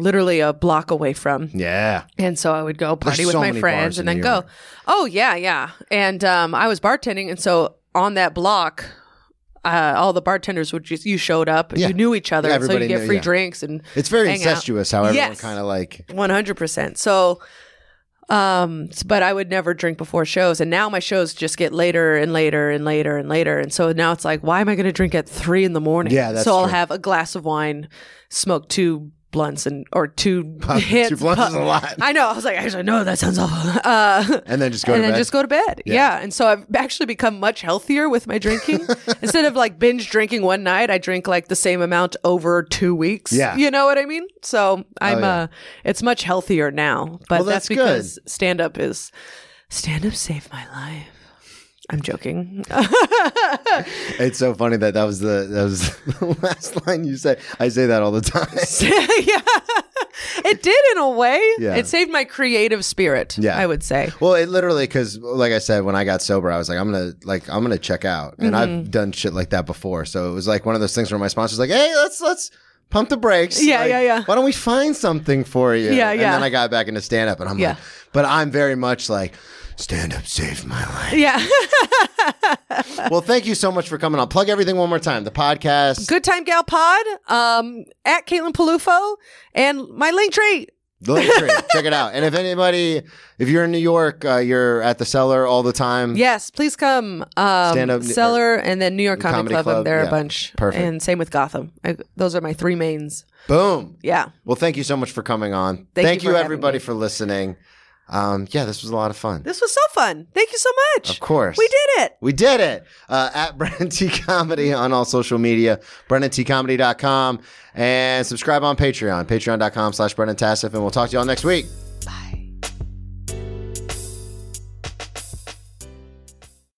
D: literally a block away from.
C: Yeah.
D: And so I would go party
C: There's
D: with
C: so
D: my
C: many bars
D: friends
C: in
D: and then
C: New
D: go.
C: York.
D: Oh, yeah, yeah. And um, I was bartending. And so on that block, uh, all the bartenders would just, you showed up,
C: Yeah.
D: you knew each other.
C: Yeah,
D: and so you
C: everybody
D: get
C: knew-
D: free
C: yeah.
D: drinks and
C: It's very
D: Hang out.
C: incestuous how everyone
D: Yes.
C: kind of like,
D: One hundred percent. So, um, s- but I would never drink before shows, and now my shows just get later and later and later and later, and so now it's like, why am I going to drink at three in the morning?
C: Yeah, that's
D: so I'll
C: true.
D: have a glass of wine, smoke two blunts and or two hits.
C: two blunts
D: puff-
C: is a lot.
D: I know. I was like, actually, no, that sounds awful. Uh,
C: And then just go
D: and
C: to
D: then
C: bed.
D: just go to bed.
C: Yeah.
D: Yeah. And so I've actually become much healthier with my drinking. Instead of like binge drinking one night, I drink like the same amount over two weeks.
C: Yeah. Oh,
D: You know what I mean? So I'm,
C: yeah.
D: uh, it's much healthier now, but
C: Well, that's
D: that's,
C: good.
D: because stand up is, stand up saved my life. I'm joking.
C: It's so funny that that was the that was the last line you said. I say that all the time.
D: yeah. It did in a way.
C: Yeah.
D: It saved my creative spirit,
C: Yeah.
D: I would say.
C: Well, it literally because, like I said, when I got sober, I was like, I'm gonna like I'm gonna check out, and
D: Mm-hmm.
C: I've done shit like that before. So it was like one of those things where my sponsor's like, Hey, let's let's pump the brakes.
D: Yeah,
C: Like,
D: yeah, yeah.
C: Why don't we find something for you?
D: Yeah,
C: And
D: yeah.
C: then I got back into stand up, and I'm
D: Yeah.
C: like, but I'm very much like. Stand up saved my life.
D: Yeah.
C: Well, thank you so much for coming on. Plug everything one more time. The podcast.
D: Good Time Gal Pod, um, at Caitlin Palufo, and my link tree.
C: The link tree. Check it out. And if anybody, if you're in New York, uh, you're at the cellar all the time.
D: Yes, please come. Um,
C: Stand up- uh,
D: Cellar and then New York Comedy,
C: Comedy
D: Club.
C: Club,
D: I'm there
C: yeah.
D: a bunch.
C: Perfect.
D: And same with Gotham. I, those are my three mains.
C: Boom.
D: Yeah.
C: Well, thank you so much for coming on. Thank,
D: Thank
C: you,
D: you for having
C: everybody,
D: me.
C: for listening. Um, yeah, this was a lot of fun.
D: This was so fun. Thank you so much.
C: Of course.
D: We did it.
C: We did it. Uh, at Brennan T Comedy on all social media, BrennanTComedy.com, and subscribe on Patreon, patreon.com slash Brennan Tassif, and we'll talk to y'all next week.